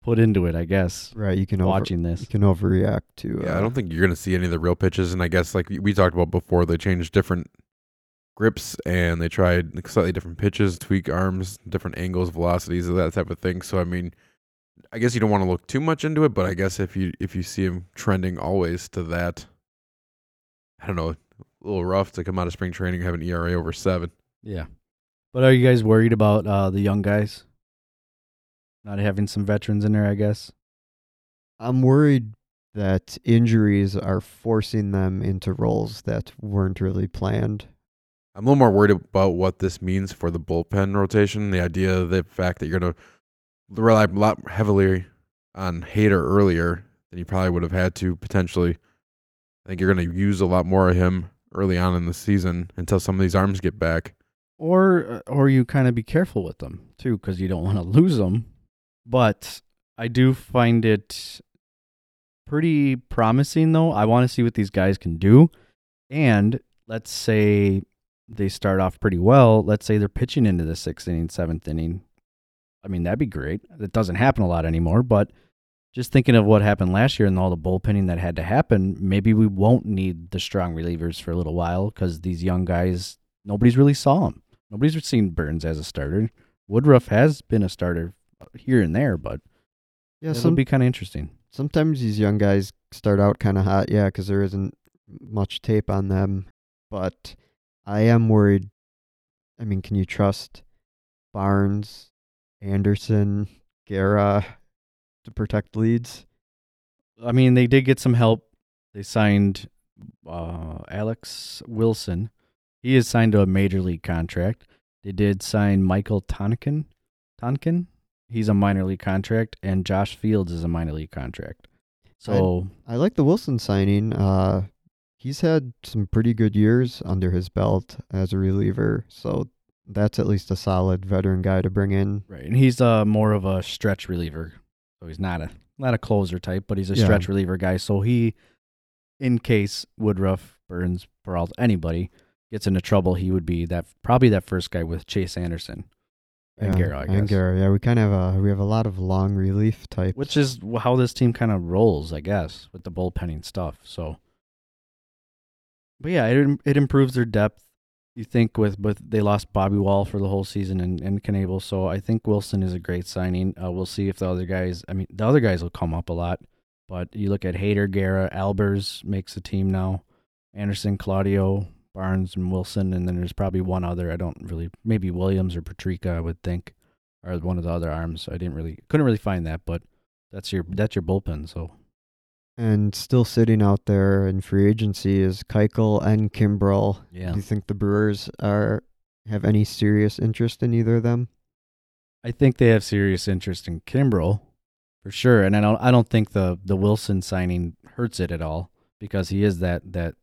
S5: put into it i guess
S3: right, you can over,
S5: watching
S3: you
S5: this
S3: can overreact to. Uh,
S2: Yeah, I don't think you're gonna see any of the real pitches. And I guess like we talked about before, they change different grips and they tried like, slightly different pitches, tweak arms, different angles, velocities, that type of thing. So I mean, I guess you don't want to look too much into it, but I guess if you if you see him trending always to that, I don't know, a little rough to come out of spring training and have an ERA over seven.
S5: Yeah. But are you guys worried about uh, the young guys? Not having some veterans in there, I guess.
S3: I'm worried that injuries are forcing them into roles that weren't really planned.
S2: I'm a little more worried about what this means for the bullpen rotation. The idea, of the fact that you're going to rely a lot heavily on Hater earlier than you probably would have had to potentially. I think you're going to use a lot more of him early on in the season until some of these arms get back.
S5: Or or you kind of be careful with them too, because you don't want to lose them. But I do find it pretty promising, though. I want to see what these guys can do. And let's say they start off pretty well. Let's say they're pitching into the sixth inning, seventh inning. I mean, that'd be great. That doesn't happen a lot anymore, but just thinking of what happened last year and all the bullpenning that had to happen, maybe we won't need the strong relievers for a little while because these young guys, nobody's really saw them. Nobody's seen Burns as a starter. Woodruff has been a starter here and there, but
S3: Yeah,
S5: it'll
S3: some,
S5: be kind of interesting.
S3: sometimes these young guys start out kind of hot, yeah, because there isn't much tape on them. But I am worried. I mean, can you trust Barnes, Anderson, Guerra to protect leads?
S5: I mean, they did get some help. They signed uh, Alex Wilson. He is signed to a major league contract. They did sign Michael Tonkin. Tonkin, he's a minor league contract, and Josh Fields is a minor league contract. So
S3: I like the Wilson signing. Uh, he's had some pretty good years under his belt as a reliever, so that's at least a solid veteran guy to bring in.
S5: right, and he's uh, more of a stretch reliever. So he's not a not a closer type, but he's a
S3: Yeah.
S5: stretch reliever guy. So he, in case Woodruff, Burns, Peralta, anybody gets into trouble, he would be that probably that first guy with Chase Anderson and
S3: yeah,
S5: Guerrero, I guess.
S3: And Guerra, yeah, we kind of have a we have a lot of long relief types.
S5: which is wh- how this team kind of rolls, I guess, with the bullpenning stuff. So, but yeah, it im- it improves their depth. You think with but they lost Bobby Wall for the whole season and and Knable, so I think Wilson is a great signing. Uh, we'll see if the other guys. I mean, the other guys will come up a lot, but you look at Hader, Guerra, Albers makes the team now. Anderson, Claudio, Barnes, and Wilson, and then there's probably one other. I don't really maybe Williams or Patrica. I would think, or one of the other arms. I didn't really couldn't really find that, but that's your that's your bullpen. So
S3: and still sitting out there in free agency is Keuchel and Kimbrell.
S5: yeah,
S3: Do you think the Brewers are have any serious interest in either of them?
S5: I think they have serious interest in Kimbrel for sure, and I don't I don't think the the Wilson signing hurts it at all because he is that that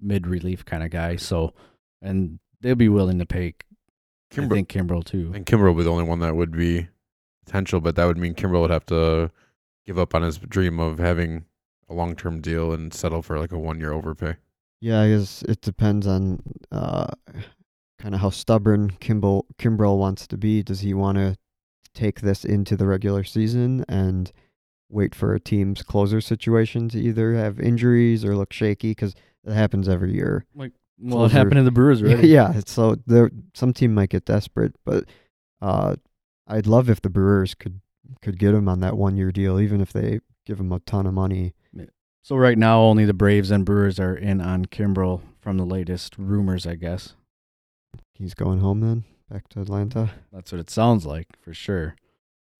S5: mid relief kind of guy. So and they'll be willing to pay. I
S2: Kimber-
S5: think Kimbrel too.
S2: I think Kimbrel would be the only one that would be potential, but that would mean Kimbrel would have to give up on his dream of having a long term deal and settle for like a one year overpay.
S3: Yeah, I guess it depends on uh, kind of how stubborn Kimbrel Kimbrel wants to be. Does he want to take this into the regular season and wait for a team's closer situation to either have injuries or look shaky? Because that happens every year.
S5: Well, it
S3: Closer.
S5: happened to the Brewers, right?
S3: yeah, so there some team might get desperate, but uh, I'd love if the Brewers could could get him on that one year deal, even if they give him a ton of money.
S5: So right now, only the Braves and Brewers are in on Kimbrel from the latest rumors, I guess.
S3: He's going home then back to Atlanta.
S5: That's what it sounds like for sure.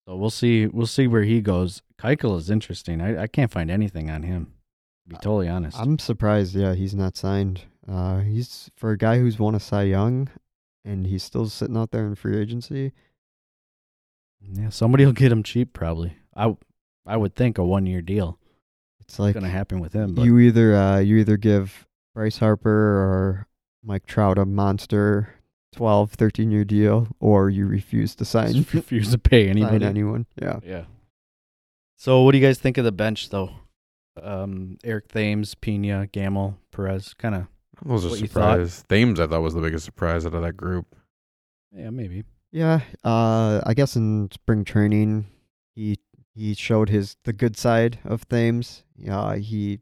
S5: So we'll see. We'll see where he goes. Keuchel is interesting. I, I can't find anything on him. To be
S3: I-
S5: totally honest.
S3: I'm surprised. Yeah, he's not signed. Uh, he's for a guy who's won a Cy Young, and he's still sitting out there in free agency.
S5: yeah, somebody will get him cheap probably. I I would think a one year deal
S3: It's like
S5: is gonna happen with him. But
S3: you either uh, you either give Bryce Harper or Mike Trout a monster 12, 13 year deal, or you refuse to sign,
S5: just refuse to pay
S3: sign
S5: anybody.
S3: anyone. Yeah,
S5: yeah. So what do you guys think of the bench though? Um, Eric Thames, Pena, Gamel, Perez, kind of.
S2: Those are
S5: What you thought?
S2: surprise. Thames, I thought, was the biggest surprise out of that group.
S5: Yeah, maybe.
S3: yeah. Uh, I guess in spring training, he he showed his the good side of Thames. Uh, he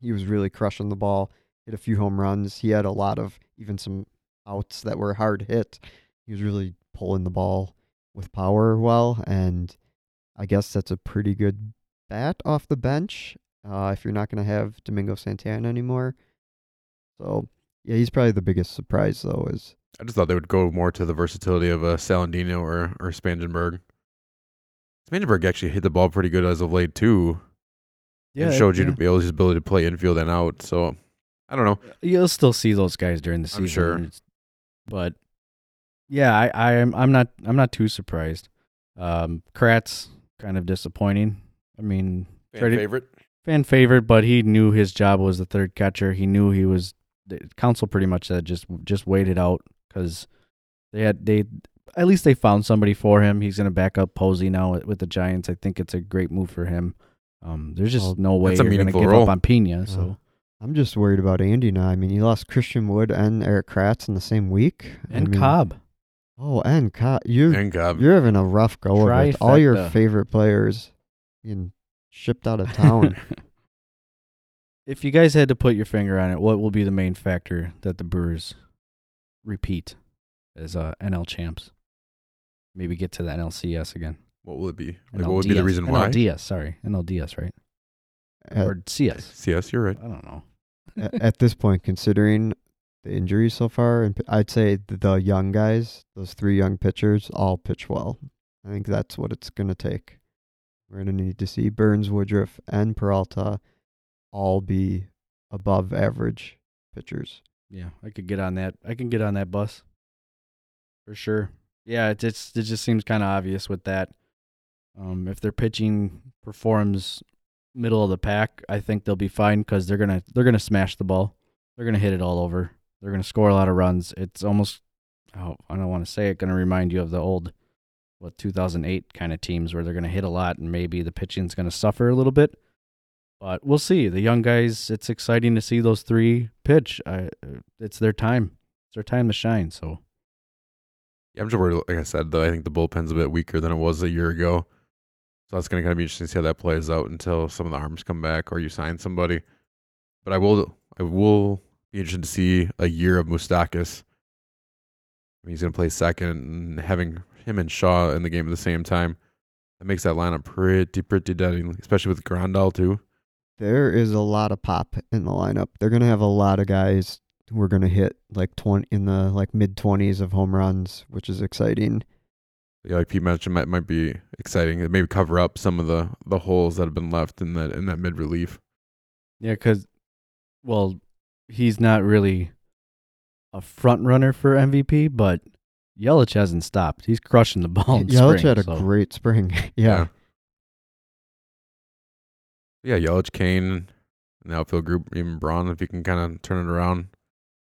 S3: he was really crushing the ball. Hit a few home runs. He had a lot of even some outs that were hard hit. He was really pulling the ball with power well, and I guess that's a pretty good bat off the bench uh, if you're not going to have Domingo Santana anymore. So yeah, he's probably the biggest surprise though. Is
S2: I just thought they would go more to the versatility of uh, Salandino or or Spangenberg. Spangenberg actually hit the ball pretty good as of late too, and showed you to be able his ability to play infield and out. So I don't know.
S5: You'll still see those guys during the season.
S2: I'm sure.
S5: It's- But yeah, I, I am I'm not I'm not too surprised. Um Kratz kind of disappointing. I mean tried to-
S2: favorite.
S5: fan favorite, but he knew his job was the third catcher. He knew he was the council pretty much said just just wait it out because they had they at least they found somebody for him. He's gonna back up Posey now with, with the Giants. I think it's a great move for him. Um, there's just
S3: Well,
S5: no way
S2: that's a
S5: you're gonna
S2: meaningful
S5: give
S2: role.
S5: up on Pena. So
S3: Yeah. I'm just worried about Andy now. I mean, he lost Christian Wood and Eric Kratz in the same week.
S5: and
S3: I mean,
S5: Cobb,
S3: Oh, and Cobb. You
S2: And Cobb.
S3: You're having a rough go of it. All your
S5: Trifecta.
S3: favorite players being shipped out of town.
S5: if you guys had to put your finger on it, what will be the main factor that the Brewers repeat as uh, NL champs? Maybe get to the NLCS again.
S2: What will it be? Like, what would be the
S5: NLDS.
S2: reason why?
S5: NLDS, sorry. NLDS, right?
S3: at,
S5: or CS.
S2: CS, you're right.
S5: I don't know.
S3: at at this point, considering the injuries so far, and p- I'd say th- the young guys, those three young pitchers, all pitch well. I think that's what it's going to take. We're going to need to see Burns, Woodruff, and Peralta all be above average pitchers.
S5: Yeah, I could get on that. I can get on that bus. For sure. Yeah, it just it just seems kind of obvious with that. Um, if their pitching performs middle of the pack, I think they'll be fine because they're gonna they're gonna smash the ball. They're gonna hit it all over. They're gonna score a lot of runs. It's almost oh, I don't want to say it. Gonna remind you of the old what 2008 kind of teams where they're gonna hit a lot and maybe the pitching's gonna suffer a little bit. But we'll see. The young guys, it's exciting to see those three pitch. I, uh, it's their time. It's their time to shine. So
S2: Yeah, I'm just worried. Like I said, though, I think the bullpen's a bit weaker than it was a year ago. So that's going to kind of be interesting to see how that plays out until some of the arms come back or you sign somebody. But I will, I will be interested to see a year of Mustakis. I mean, he's going to play second, and having him and Shaw in the game at the same time, that makes that lineup pretty, pretty deadly, especially with Grandal too.
S3: There is a lot of pop in the lineup. They're going to have a lot of guys who are going to hit like 20 in the like mid 20s of home runs, which is exciting.
S2: Yeah, like Pete mentioned, might might be exciting. It may cover up some of the the holes that have been left in that in that mid relief.
S5: yeah, because well, he's not really a front runner for MVP, but Yelich hasn't stopped. He's crushing the ball. Oh, in
S3: Yelich
S5: spring,
S3: had a
S5: so-
S3: great spring.
S2: Yeah.
S3: yeah.
S2: Yeah, Yelich, Kane, and the outfield group, even Braun, if he can kind of turn it around.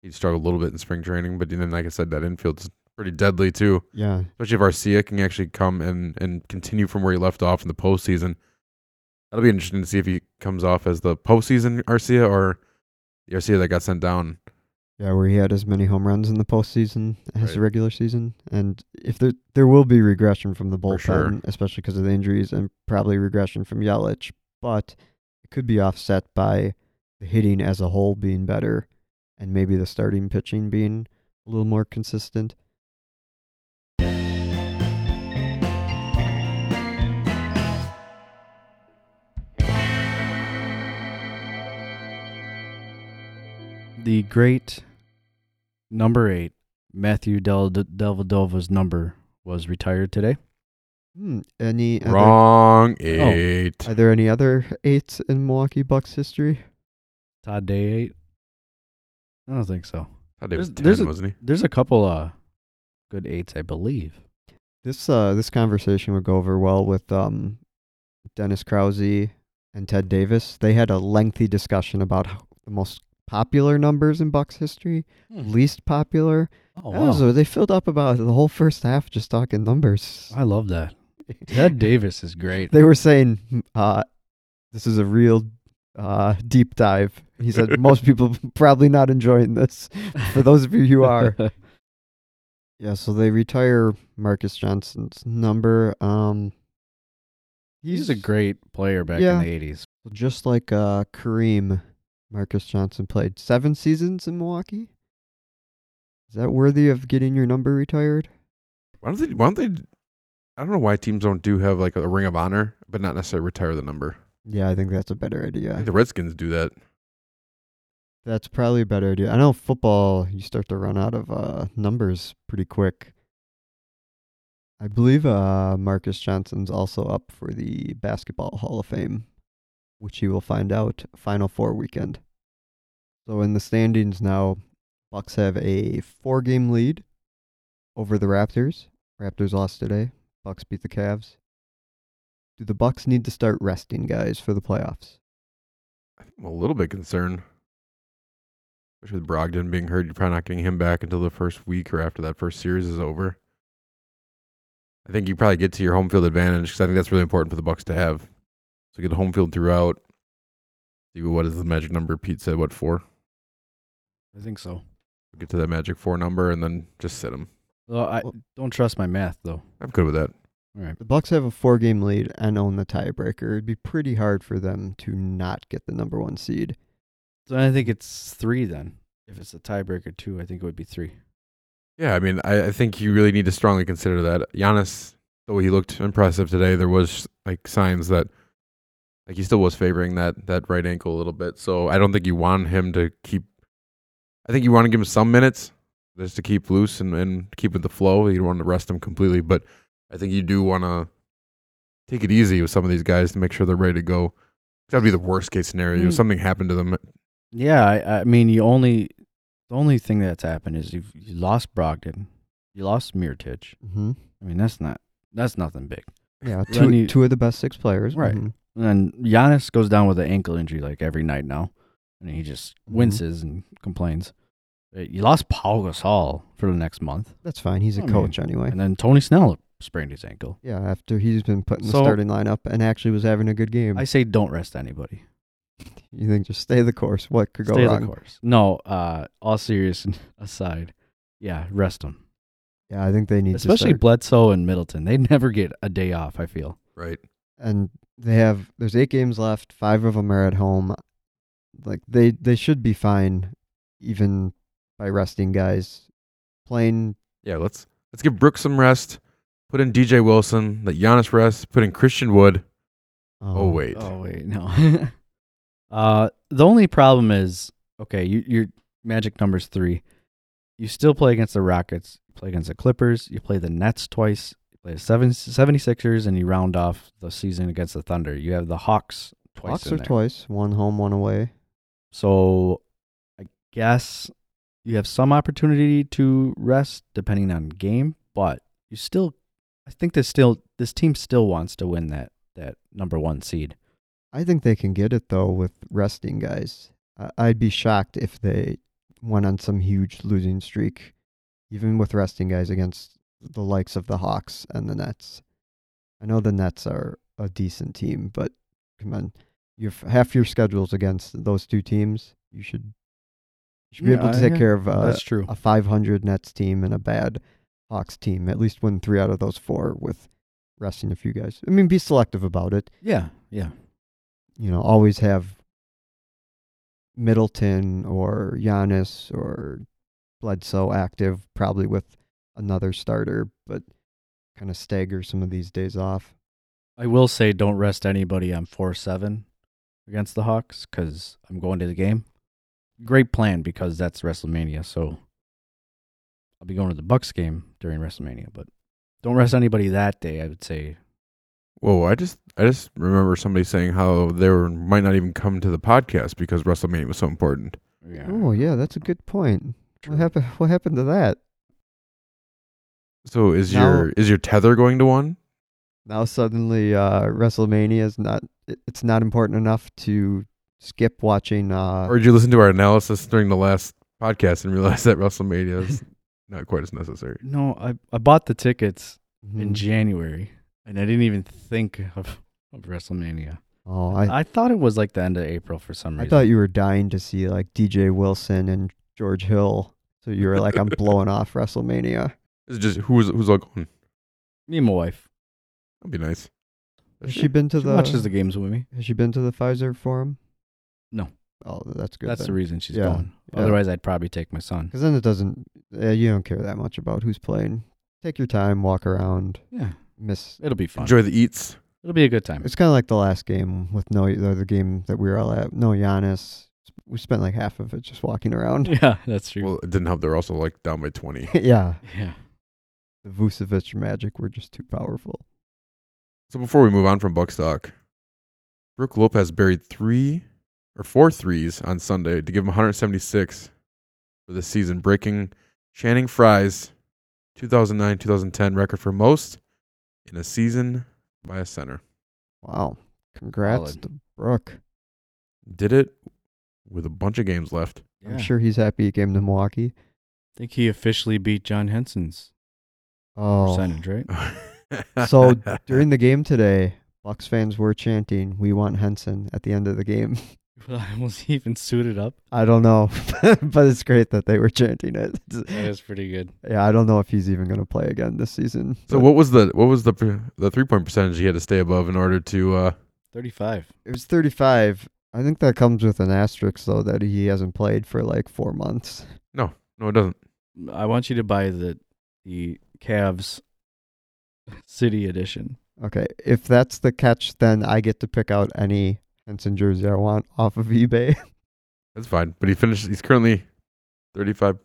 S2: He struggled a little bit in spring training, but then, like I said, that infield's pretty deadly too.
S3: yeah,
S2: Especially if Arcia can actually come and, and continue from where he left off in the postseason. That'll be interesting to see if he comes off as the postseason Arcia or the Arcia that got sent down.
S3: yeah, Where he had as many home runs in the postseason as
S2: Right.
S3: the regular season, and if there there will be regression from the bullpen,
S2: sure.
S3: especially because of the injuries, and probably regression from Yelich, but it could be offset by the hitting as a whole being better, and maybe the starting pitching being a little more consistent.
S5: The great number eight, Matthew Del Delvedova's number was retired today.
S3: Hmm, any other,
S5: Oh,
S2: Wrong eight.
S3: are there any other eights in Milwaukee Bucks history?
S5: Todd Day eight. I don't think so.
S2: Thought he was
S5: There's- there's
S2: ten,
S5: a-
S2: wasn't he?
S5: There's a couple uh good eights, I believe.
S3: This uh this conversation would go over well with um Dennis Krause and Ted Davis. They had a lengthy discussion about h- the most popular numbers in Bucks history, least popular.
S5: Oh,
S3: That was- they filled up about the whole first half just talking numbers.
S5: I love that. Ted Davis is great.
S3: They were saying "Hmm, uh this is a real uh deep dive. He said most people probably not enjoying this. For those of you who are, Yeah, so they retire Marcus Johnson's number. Um,
S5: He's a great player back
S3: Yeah.
S5: in the 80s.
S3: just like uh, Kareem. Marcus Johnson played seven seasons in Milwaukee. Is Is that worthy of getting your number retired?
S2: Why don't they? Why don't they? I don't know why teams don't do have like a ring of honor, but not necessarily retire the number.
S3: Yeah, I think that's a better
S2: I
S3: idea.
S2: think the Redskins do that.
S3: That's probably a better idea. I know football, you start to run out of uh, numbers pretty quick. I believe uh, Marcus Johnson's also up for the Basketball Hall of Fame, which you will find out Final Four weekend. So in the standings now, Bucks have a four-game lead over the Raptors. Raptors lost today. Bucks beat the Cavs. Do the Bucks need to start resting guys for the playoffs?
S2: I think I'm a little bit concerned, especially with Brogdon being hurt. You're probably not getting him back until the first week or after that first series is over. I think you probably get to your home field advantage because I think that's really important for the Bucks to have. So get home field throughout. See what is the magic number? Pete said what four?
S5: I think so.
S2: Get to that magic four number and then just sit him.
S5: Well, I don't trust my math though.
S2: I'm good with that.
S5: All right.
S3: The Bucks have a four-game lead and own the tiebreaker. It'd be pretty hard for them to not get the number one seed.
S5: So I think it's three then. If it's a tiebreaker two, I think it would be three.
S2: Yeah, I mean, I, I think you really need to strongly consider that. Giannis, though he looked impressive today, there was like signs that like he still was favoring that that right ankle a little bit. So I don't think you want him to keep. I think you want to give him some minutes just to keep loose and, and keep with the flow. You don't want to rest him completely, but I think you do want to take it easy with some of these guys to make sure they're ready to go. That'd be the worst case scenario.
S5: Hmm.
S2: If something happened to them,
S5: Yeah, I, I mean, you only the only thing that's happened is you've you lost Brogdon, you lost Mirtich.
S3: Mm-hmm.
S5: I mean, that's not that's nothing big.
S3: Yeah,
S5: Then
S3: two,
S5: you-
S3: two of the best six players.
S5: Right.
S3: Mhm.
S5: And then Giannis goes down with an ankle injury like every night now, and he just
S3: Mhm.
S5: winces and complains. Uh, You lost Paul Gasol for the next month,
S3: That's fine. He's a
S5: I mean,
S3: coach anyway.
S5: and then Tony Snell sprained his ankle.
S3: Yeah, after he's been put in the
S5: So-
S3: starting lineup and actually was having a good game.
S5: I say don't rest anybody.
S3: you think just stay the course. What could go
S5: Stay
S3: wrong?
S5: the course. No, uh, all serious aside, yeah, rest them.
S3: Yeah, I think they need
S5: Especially
S3: to start.
S5: Bledsoe and Middleton. They never get a day off, I feel.
S2: right?
S3: and they have there's eight games left. Five of them are at home. Like they they should be fine, even by resting guys. Playing
S2: Yeah, let's let's give Brooks some rest. Put in DJ Wilson. Let Giannis rest. Put in Christian Wood. Oh
S3: um,
S2: wait,
S5: Oh wait, no. uh, the only problem is okay. You, your magic number's three. You still play against the Rockets. You play against the Clippers. You play the Nets twice. You play the seven, 76ers, and you round off the season against the Thunder. You have the Hawks twice.
S3: Hawks
S5: in
S3: are
S5: there.
S3: twice, one home, one away.
S5: So I guess you have some opportunity to rest depending on game, but you still I think this still this team still wants to win that that number 1 seed.
S3: I think they can get it though with resting guys. I- I'd be shocked if they went on some huge losing streak, even with resting guys against the likes of the Hawks and the Nets. I know the Nets are a decent team, but come on, you have half your schedules against those two teams. You should you should be
S5: Yeah,
S3: able to
S5: I-
S3: take care of uh,
S5: That's true.
S3: a 500 Nets team and a bad Hawks team. At least win three out of those four with resting a few guys. I mean, be selective about it
S5: Yeah, yeah.
S3: you know, always have Middleton or Giannis or Bledsoe active, probably with another starter, but kind of stagger some of these days off.
S5: I will say don't rest anybody on 4-7 against the Hawks cuz I'm going to the game. Great plan because that's WrestleMania, so I'll be going to the Bucks game during WrestleMania, but don't rest anybody that day, I would say.
S2: Whoa, I just I just remember somebody saying how they were, might not even come to the podcast because WrestleMania was so important.
S5: Yeah.
S3: Oh yeah, that's a good point.
S5: true.
S3: What happened? What happened to that?
S2: So is
S3: No.
S2: your is your tether going to one?
S3: Now suddenly, uh, WrestleMania is not. it- It's not important enough to skip watching. Uh,
S2: Or did you listen to our analysis during the last podcast and realize that WrestleMania is not quite as necessary?
S5: No, I, I bought the tickets in
S3: mhm.
S5: January and I didn't even think of, of WrestleMania.
S3: oh, I,
S5: I, thought it was like the end of April for some
S3: I
S5: reason.
S3: thought you were dying to see like DJ Wilson and George Hill. So you were like, I'm blowing off WrestleMania.
S2: It's just who's who's all going?
S5: Me and my wife.
S2: That'd be nice.
S3: Has she been to
S5: She
S3: the
S5: watches the games with me.
S3: Has she been to the Pfizer forum?
S5: No.
S3: Oh, that's good.
S5: That's the
S3: then.
S5: reason she's
S3: Yeah,
S5: going.
S3: yeah.
S5: Otherwise, I'd probably take my son.
S3: Because then it doesn't. Uh, you don't care that much about who's playing. Take your time, walk around,
S5: Yeah,
S3: miss.
S5: it'll be fun.
S2: Enjoy the eats.
S5: It'll be a good time.
S3: It's kind of like the last game with no the, the game that we were all at. No Giannis. We spent like half of it just walking around.
S5: Yeah, that's true.
S2: Well, it didn't help. They're also like down by 20.
S3: yeah,
S5: yeah.
S3: the Vucevic magic were just too powerful.
S2: So before we move on from Buckstock, Brooke Lopez buried three or four threes on Sunday to give him 176 for the season, breaking Channing Frye's 2009-2010 record for most in a season by a center.
S3: Wow! Congrats
S5: Solid.
S3: to Brooke.
S2: Did it with a bunch of games left.
S5: Yeah.
S3: I'm sure he's happy he came to Milwaukee.
S5: I think he officially beat John Henson's
S3: Oh,
S5: percentage, right?
S3: so during the game today, Bucks fans were chanting, "We want Henson" at the end of the game.
S5: Was he even suited up?
S3: I don't know, but it's great that they were chanting it.
S5: That is pretty good.
S3: Yeah, I don't know if he's even going to play again this season.
S2: So
S3: but
S2: what was the what was the per- the three point percentage he had to stay above in order to uh
S5: 35.
S3: It was 35. I think that comes with an asterisk though that he hasn't played for like four months.
S2: no it doesn't.
S5: I want you to buy the the Cavs City Edition.
S3: Okay, if that's the catch, then I get to pick out any Henson jersey I want off of eBay.
S2: That's fine. But he finished he's currently thirty five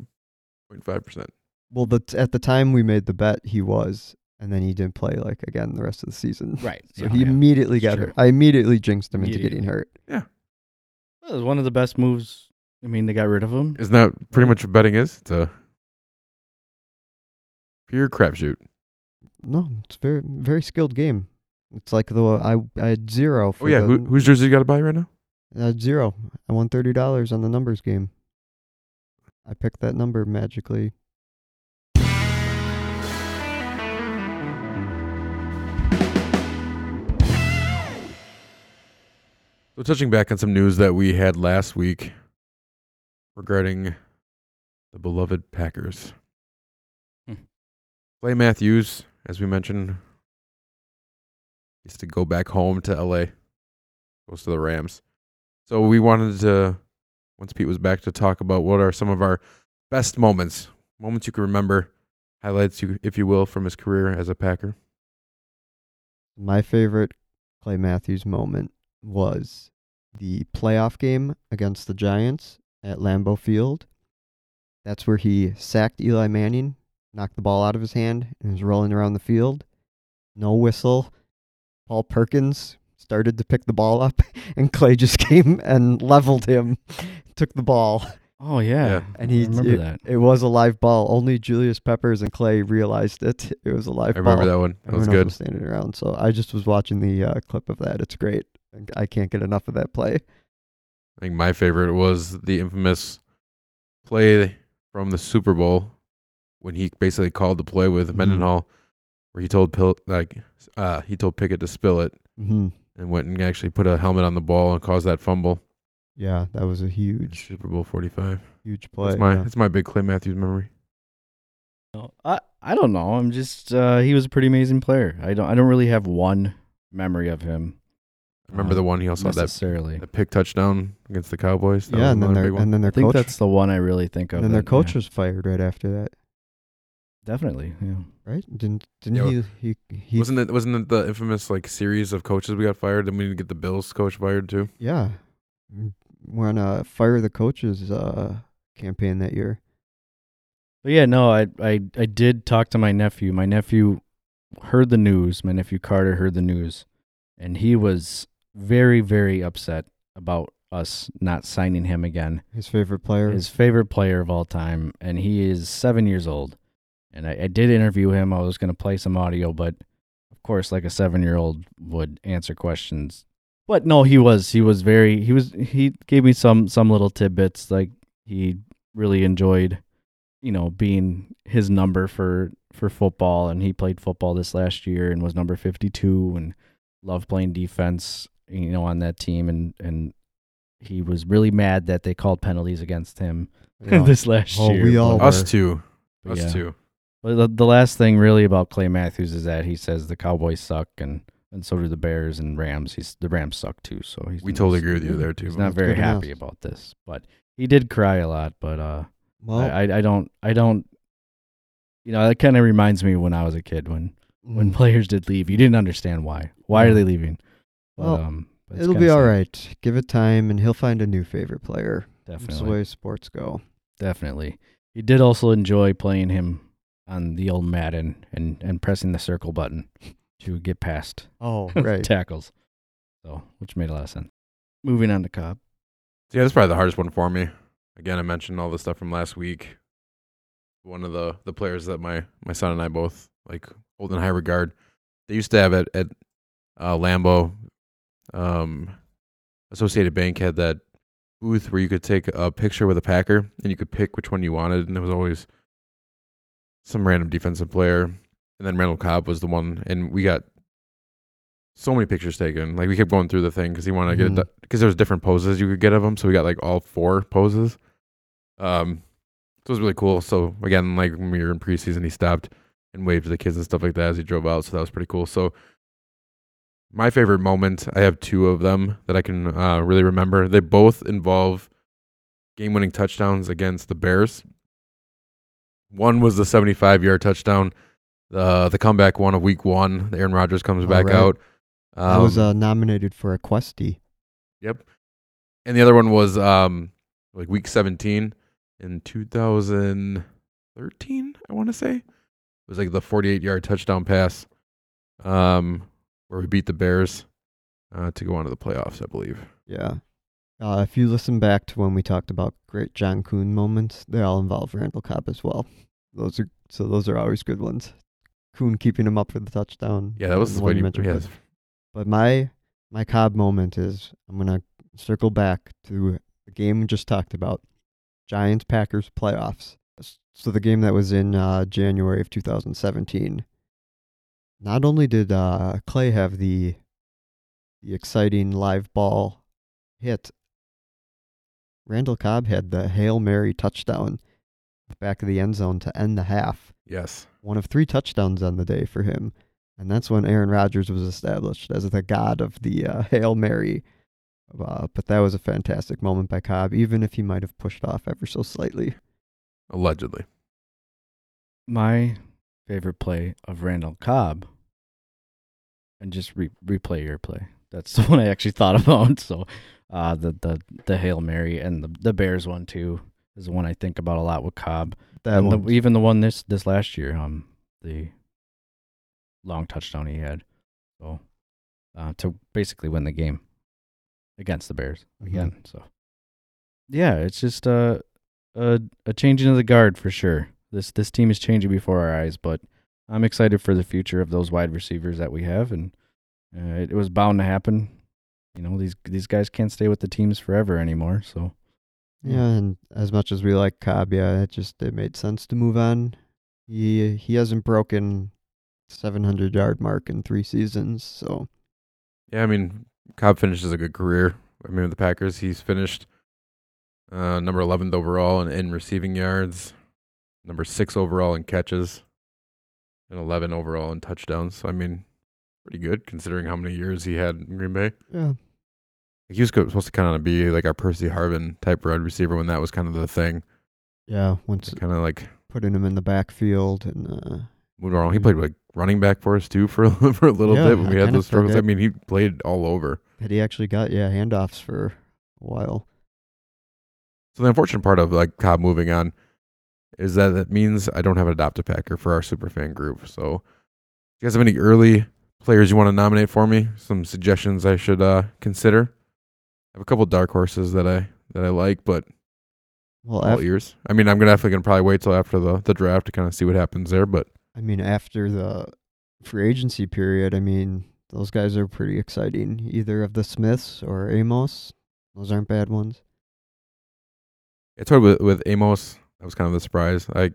S2: point five percent.
S3: well, the at the time we made the bet, he was, and then he didn't play like again the rest of the season.
S5: Right.
S2: Oh,
S3: So he immediately
S5: It's
S3: got
S5: true.
S3: hurt. I immediately jinxed him into
S5: Immediately.
S3: getting hurt.
S5: Well, it was one of the best moves. I mean, they got rid of him.
S2: Isn't that pretty much what betting is? It's a pure crapshoot.
S3: No, it's very very skilled game. It's like the I I had zero. For
S2: Oh yeah,
S3: the-
S2: Who, whose jersey you got to buy right now?
S3: Uh, zero. I won thirty dollars on the numbers game. I picked that number magically.
S2: So touching back on some news that we had last week regarding the beloved Packers.
S5: Hmm.
S2: Clay Matthews, as we mentioned, is to go back home to LA. Goes to the Rams. So we wanted to once Pete was back to talk about what are some of our best moments. Moments you can remember, highlights you if you will, from his career as a Packer.
S3: My favorite Clay Matthews moment was the playoff game against the Giants at Lambeau Field. That's where he sacked Eli Manning, knocked the ball out of his hand, and was rolling around the field. No whistle. Paul Perkins started to pick the ball up, and Clay just came and leveled him, took the ball.
S5: Oh yeah.
S2: Yeah.
S3: And he
S5: I remember
S3: it,
S5: that.
S3: It was a live ball. Only Julius Peppers and Clay realized it. It was a live
S2: I remember
S3: ball.
S2: that one. That was
S3: Everyone
S2: good.
S3: else was standing around. So I just was watching the uh, clip of that. It's great. I can't get enough of that play.
S2: I think my favorite was the infamous play from the Super Bowl when he basically called the play with
S3: Mhm.
S2: Mendenhall, where he told Pil- like uh, he told Pickett to spill it
S3: hmm
S2: and went and actually put a helmet on the ball and caused that fumble.
S3: Yeah, that was a huge,
S2: Super Bowl forty five.
S3: huge play.
S2: That's my
S3: yeah.
S2: that's my big Clay Matthews memory.
S5: No, I I don't know. I'm just uh, he was a pretty amazing player. I don't I don't really have one memory of him
S2: I remember
S5: Uh,
S2: the one he also had that,
S5: necessarily.
S2: that pick touchdown against the Cowboys. That
S3: yeah,
S2: was
S3: and then
S2: another
S3: their
S2: big one.
S3: and then
S5: I
S3: their
S5: think
S3: coach
S5: that's the one I really think of.
S3: and then their
S5: that-
S3: coach
S5: yeah,
S3: was fired right after that,
S5: definitely. Yeah.
S3: right? Didn't didn't
S2: Yeah,
S3: he he he
S2: wasn't it wasn't it the infamous like series of coaches we got fired? Then we didn't get the Bills coach fired too.
S3: yeah we're on a fire the coaches uh, campaign that year.
S5: But yeah, no, I, I I did talk to my nephew. My nephew heard the news. My nephew Carter heard the news, and he was very very upset about us not signing him again.
S3: His favorite player.
S5: His favorite player of all time, and he is seven years old. And I, I did interview him. I was going to play some audio, but of course, like a seven year old would answer questions. But no, he was he was very he was he gave me some some little tidbits like he really enjoyed you know being his number for for football and he played football this last year and was number 52 and loved playing defense you know on that team and and he was really mad that they called penalties against him
S3: Yeah.
S5: this last
S3: Well,
S5: year
S3: we all
S5: but-
S3: were.
S2: Us two,
S5: but
S2: us
S5: yeah.
S2: two.
S5: But the, the last thing really about Clay Matthews is that he says the Cowboys suck and and so do the Bears and Rams. He's the Rams suck too, so he's
S2: We totally agree with you there too.
S5: He's
S2: but
S5: not very
S3: good enough.
S5: happy about this, but he did cry a lot. But uh,
S3: Well,
S5: I, I I don't I don't. You know, that kind of reminds me when I was a kid when
S3: Mm.
S5: when players did leave, you didn't understand why. Why are they leaving? But,
S3: Well,
S5: um, but it's
S3: it'll
S5: kinda
S3: be all
S5: sad.
S3: right. Give it time, and he'll find a new favorite player. That's the
S5: Definitely,
S3: way sports go.
S5: definitely. He did also enjoy playing him on the old Madden and and pressing the circle button to get past
S3: Oh, right.
S5: tackles. So, which made a lot of sense. Moving on to Cobb.
S2: Yeah, that's probably the hardest one for me. Again, I mentioned all the stuff from last week. One of the the players that my my son and I both like hold in high regard. They used to have at at uh, Lambeau, um, Associated Bank had that booth where you could take a picture with a Packer and you could pick which one you wanted, and it was always some random defensive player. And then Randall Cobb was the one, and we got so many pictures taken. Like we kept going through the thing because he wanted to
S3: Mhm.
S2: get because there was different poses you could get of him, so we got like all four poses. Um, so it was really cool. So again, like when we were in preseason, he stopped and waved to the kids and stuff like that as he drove out. So that was pretty cool. So my favorite moment, I have two of them that I can uh, really remember. They both involve game-winning touchdowns against the Bears. One was the 75-yard touchdown, uh, the the comeback one of Week One. Aaron Rodgers comes
S3: All
S2: back
S3: right.
S2: out. Um,
S3: I was uh, nominated for a Questy.
S2: Yep. And the other one was um like week 17 in 2013, I want to say. It was like the 48-yard touchdown pass um where we beat the Bears uh to go on to the playoffs, I believe.
S3: Yeah. Uh, if you listen back to when we talked about great John Kuhn moments, they all involve Randall Cobb as well. Those are so those are always good ones. Kuhn keeping him up for the touchdown.
S2: Yeah, that was
S3: the
S2: when
S3: one
S2: you,
S3: you mentioned.
S2: yeah,
S3: but- But my my Cobb moment is I'm gonna circle back to the game we just talked about, Giants Packers playoffs. S- So the game that was in uh, January of 2017. Not only did uh, Clay have the the exciting live ball hit, Randall Cobb had the hail mary touchdown back of the end zone to end the half
S2: yes.
S3: one of three touchdowns on the day for him. And that's when Aaron Rodgers was established as the god of the uh, Hail Mary. Uh, but that was a fantastic moment by Cobb, even if he might have pushed off ever so slightly.
S2: Allegedly.
S5: My favorite play of Randall Cobb, and just re- replay your play. That's the one I actually thought about. So, uh, the the the Hail Mary and the the Bears one too is the one I think about a lot with Cobb.
S3: That
S5: and the-
S3: one,
S5: even the one this this last year, um, the long touchdown he had, so uh, to basically win the game against the Bears again. So yeah, it's just uh, a a changing of the guard for sure. This this team is changing before our eyes, but I'm excited for the future of those wide receivers that we have, and uh, it, it was bound to happen. You know these these guys can't stay with the teams forever anymore. So
S3: yeah, and as much as we like Cobb, yeah, it just it made sense to move on. He he hasn't broken 700 yard mark in three seasons, so
S2: Yeah, I mean, Cobb finishes a good career. I mean, with the Packers, he's finished uh, number 11th overall in, in receiving yards, number six overall in catches, and 11 overall in touchdowns. So, I mean, pretty good considering how many years he had in Green Bay.
S3: yeah,
S2: He was co- supposed to kind of be like our Percy Harvin type wide receiver when that was kind of the thing.
S3: yeah. Once
S2: Kind of like
S3: putting him in the backfield and uh,
S2: moved around. He played like running back for us too for a, for a little
S3: Yeah,
S2: bit when
S3: I
S2: we had
S3: kinda
S2: those struggles. I
S3: forget.
S2: mean, he played all over.
S3: that he actually got yeah handoffs for a while.
S2: So the unfortunate part of like Cobb moving on is that it means I don't have an adopt a packer for our super fan group. So if you guys have any early players you want to nominate for me, some suggestions I should uh consider. I have a couple dark horses that I that I like, but
S3: Well,
S2: all
S3: after,
S2: ears. I mean, I'm gonna definitely gonna probably wait till after the, the draft to kind of see what happens there. But
S3: I mean, after the free agency period, I mean, those guys are pretty exciting. Either of the Smiths or Amos. Those aren't bad ones.
S2: I started with with Amos. That was kind of the surprise. I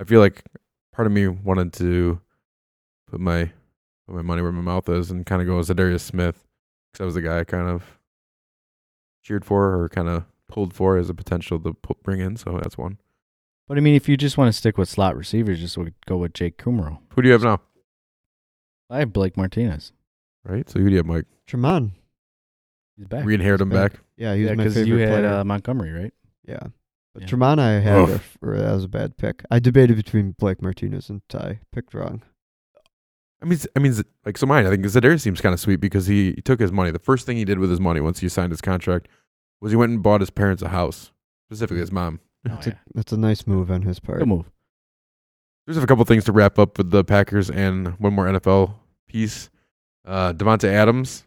S2: I feel like part of me wanted to put my put my money where my mouth is and kind of go as Darius Smith because that was the guy I kind of cheered for or kind of pulled for as a potential to pu- bring in. So that's one.
S5: But I mean, if you just want to stick with slot receivers, just would go with Jake Kumaro.
S2: Who do you have now?
S5: I have Blake Martinez.
S2: right? So who do you have, Mike?
S3: Tremont.
S5: He's back.
S2: We inherit him back.
S3: Yeah, he was
S5: Yeah,
S3: my
S5: because
S3: favorite
S5: you had
S3: player.
S5: uh, Montgomery, right?
S3: yeah. But
S5: yeah.
S3: Tremont I had
S2: Oof.
S3: a, for- that was a bad pick. I debated between Blake Martinez and Ty. Picked wrong.
S5: Oh,
S2: I mean, I mean, like so. Mine, I think Zadarius seems kind of sweet because he, he took his money. The first thing he did with his money once he signed his contract was he went and bought his parents a house, specifically his mom.
S5: Oh, yeah.
S3: That's a nice move on his part.
S5: Good move.
S2: There's a couple things to wrap up with the Packers and one more NFL piece. Uh, Devonta Adams,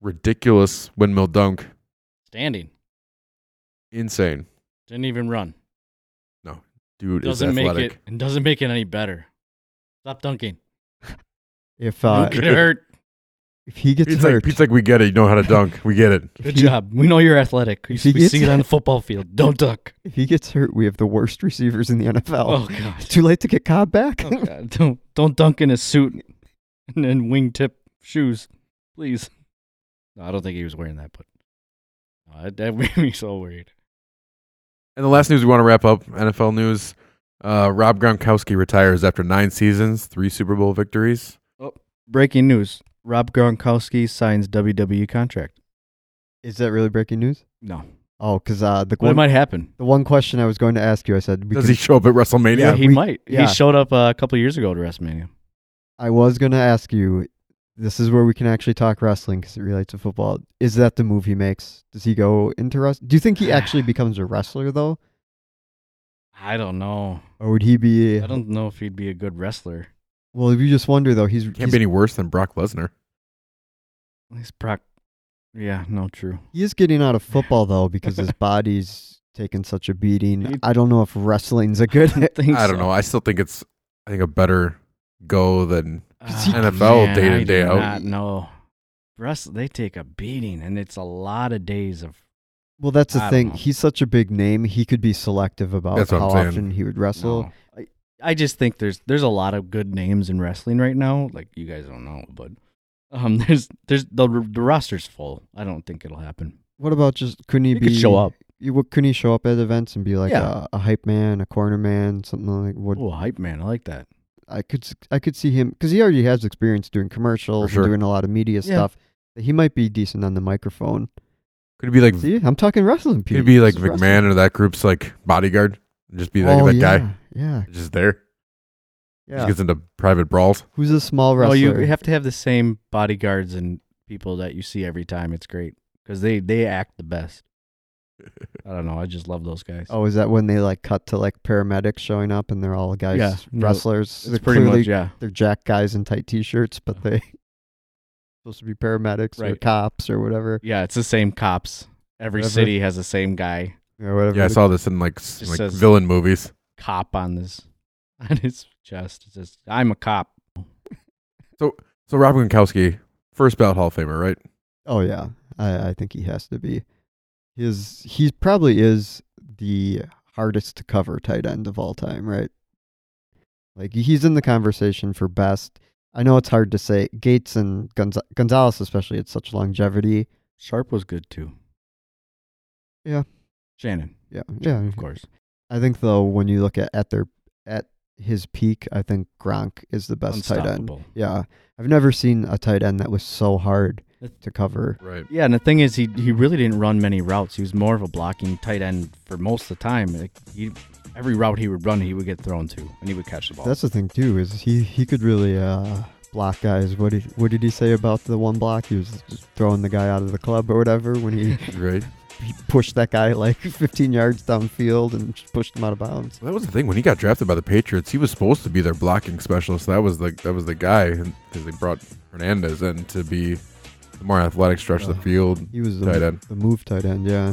S2: ridiculous windmill dunk,
S5: Standing.
S2: insane
S5: Didn't even run.
S2: dude.
S5: Doesn't
S2: is
S5: make
S2: athletic.
S5: it and doesn't make it any better. Stop dunking.
S3: If uh,
S5: you could hurt.
S3: if he gets
S2: Pete's like,
S3: hurt,
S2: Pete's like, we get it. You know how to dunk. We get it.
S5: Good job. We know you're athletic. We,
S3: If he
S5: we
S3: gets-
S5: see it on the football field. Don't duck.
S3: if he gets hurt, we have the worst receivers in the
S5: Oh,
S3: NFL.
S5: god.
S3: Too late to get Cobb back.
S5: Oh, god. Don't don't dunk in a suit and then wingtip shoes, please. No, I don't think he was wearing that, but no, that, that made me so worried.
S2: And the last news we want to wrap up NFL news. Uh, Rob Gronkowski retires after nine seasons, three Super Bowl victories.
S5: Breaking news: Rob Gronkowski signs WWE contract.
S3: Is that really breaking news?
S5: No,
S3: Oh, because uh, the
S5: but it
S3: one,
S5: might happen.
S3: the one question I was going to ask you, I said we
S2: Does
S3: can-
S2: he show up at WrestleMania?
S5: Yeah, he
S3: we-
S5: might.
S3: yeah.
S5: He showed up uh, a couple years ago to WrestleMania.
S3: I was going to ask you. This is where we can actually talk wrestling because it relates to football. Is that the move he makes? Does he go into wrestling? Do you think he actually becomes a wrestler though,
S5: I don't know.
S3: or would he be?
S5: I don't know if he'd be a good wrestler.
S3: Well, if you just wonder though, he's,
S2: Can't
S3: he's
S2: be any worse than Brock Lesnar.
S5: He's proc. Yeah, no, true.
S3: he is getting out of football though because his body's taken such a beating.
S5: He-
S3: I don't know if wrestling's a good.
S5: think
S2: I don't
S5: so.
S2: know. I still think it's I think a better go than
S5: Ah,
S2: NFL
S5: man,
S2: day in,
S5: I
S2: day
S5: do
S2: out.
S5: Not know. Wrestle, they take a beating, and it's a lot of days of.
S3: Well, that's the
S5: I don't
S3: thing.
S5: know.
S3: He's such a big name. He could be selective about
S2: That's what
S3: how
S2: I'm saying.
S3: often he would wrestle.
S5: no. I, I just think there's there's a lot of good names in wrestling right now. Like you guys don't know, but um, there's there's the the roster's full. I don't think it'll happen.
S3: What about just couldn't he,
S5: He
S3: be
S5: could show up.
S3: You, what, couldn't he show up at events and be like
S5: Yeah.
S3: a, a hype man, a corner man, something like what?
S5: Oh, hype man! I like that.
S3: I could s- I could see him because he already has experience doing commercials
S2: For sure.
S3: and doing a lot of media
S5: Yeah.
S3: stuff. He might be decent on the microphone.
S2: Could it be like
S3: See, I'm talking wrestling.
S2: could
S3: Pete.
S2: it Mm. be like
S3: This is
S2: McMahon
S3: wrestling.
S2: or that group's like bodyguard? Just be like
S3: oh,
S2: that
S3: yeah,
S2: guy.
S3: Yeah,
S2: Just there.
S3: yeah.
S2: Just gets into private brawls.
S3: Who's a small
S5: Oh,
S3: wrestler?
S5: you you have to have the same bodyguards and people that you see every time. It's great because they they act the best. I don't know. I just love those guys.
S3: Oh, is that when they like cut to like paramedics showing up and they're all guys
S5: Yeah, no,
S3: wrestlers?
S5: it's
S3: They're
S5: pretty
S3: clearly
S5: much yeah.
S3: they're jack guys in tight t-shirts, but they supposed to be paramedics or
S5: Right.
S3: cops or whatever
S5: Yeah, it's the same cops. Every
S3: Whatever.
S5: city has the same guy
S3: or whatever.
S2: Yeah, I
S3: the-
S2: saw this in like s-
S5: Just
S2: like
S5: says-
S2: villain movies.
S5: cop on this on his chest. It says, "I'm a cop."
S2: So Rob Gronkowski, first ballot Hall of Famer, right?
S3: oh yeah, I, I think he has to be. His he probably is the hardest to cover tight end of all time, right? Like he's in the conversation for best. I know it's hard to say. Gates and Gonz- Gonzalez, especially, had such longevity.
S5: Sharp was good too.
S3: Yeah.
S5: Shannon,
S3: Yeah, yeah,
S5: of course.
S3: I think though when you look at at their at his peak, I think Gronk is the best tight end.
S5: Unstoppable.
S3: Yeah, I've never seen a tight end that was so hard
S5: That-
S3: to cover.
S2: Right.
S5: Yeah, and the thing is, he he really didn't run many routes. He was more of a blocking tight end for most of the time. Like he, every route he would run, he would get thrown to, and he would catch the ball.
S3: That's the thing too is he he could really uh, block guys. What did what did he say about the one block? He was just throwing the guy out of the club or whatever when he,
S2: Right.
S3: he pushed that guy like 15 yards downfield and just pushed him out of bounds.
S2: Well, that was the thing when he got drafted by the Patriots. He was supposed to be their blocking specialist. That was the that was the guy because they brought Hernandez in to be the more athletic stretch of the
S3: Uh,
S2: field.
S3: He was the,
S2: Tight end.
S3: the move tight end. Yeah.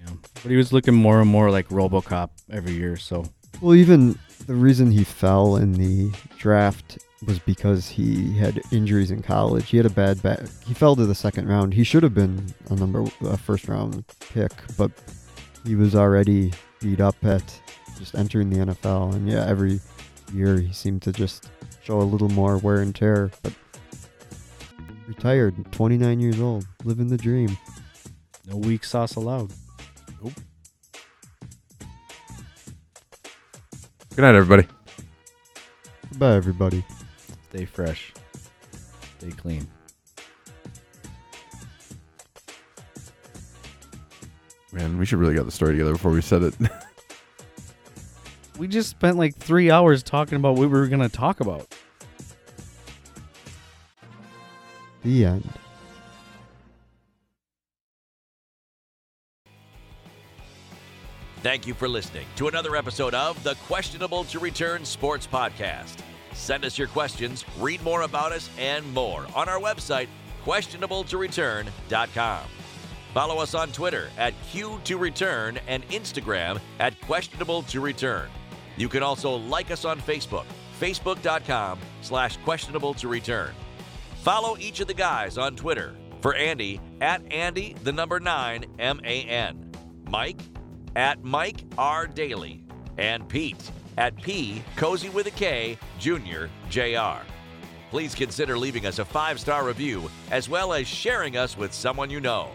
S5: Yeah. But he was looking more and more like RoboCop every year. So
S3: Well, even the reason he fell in the draft was because he had injuries in college. He had a bad back. He fell to the second round. He should have been a number a first round pick, but he was already beat up at just entering the NFL. And yeah, every year he seemed to just show a little more wear and tear. But retired, 29 years old, living the dream.
S5: no weak sauce allowed.
S2: Good night, everybody.
S3: Goodbye, everybody.
S5: Stay fresh. Stay clean.
S2: Man, we should really got the story together before we said it.
S5: We just spent like three hours talking about what we were gonna talk about.
S3: The end.
S6: Thank you for listening to another episode of the Questionable to Return Sports Podcast. Send us your questions, read more about us, and more on our website, questionabletoreturn.com. Follow us on Twitter at Q2Return and Instagram at Questionable to Return. You can also like us on Facebook, facebook.com slash questionable to return. Follow each of the guys on Twitter. For Andy, at Andy, the number 9, M A N. Mike, at Mike R. Daly. And Pete, at P, Cozy with a K, Junior, JR. Please consider leaving us a five star review as well as sharing us with someone you know.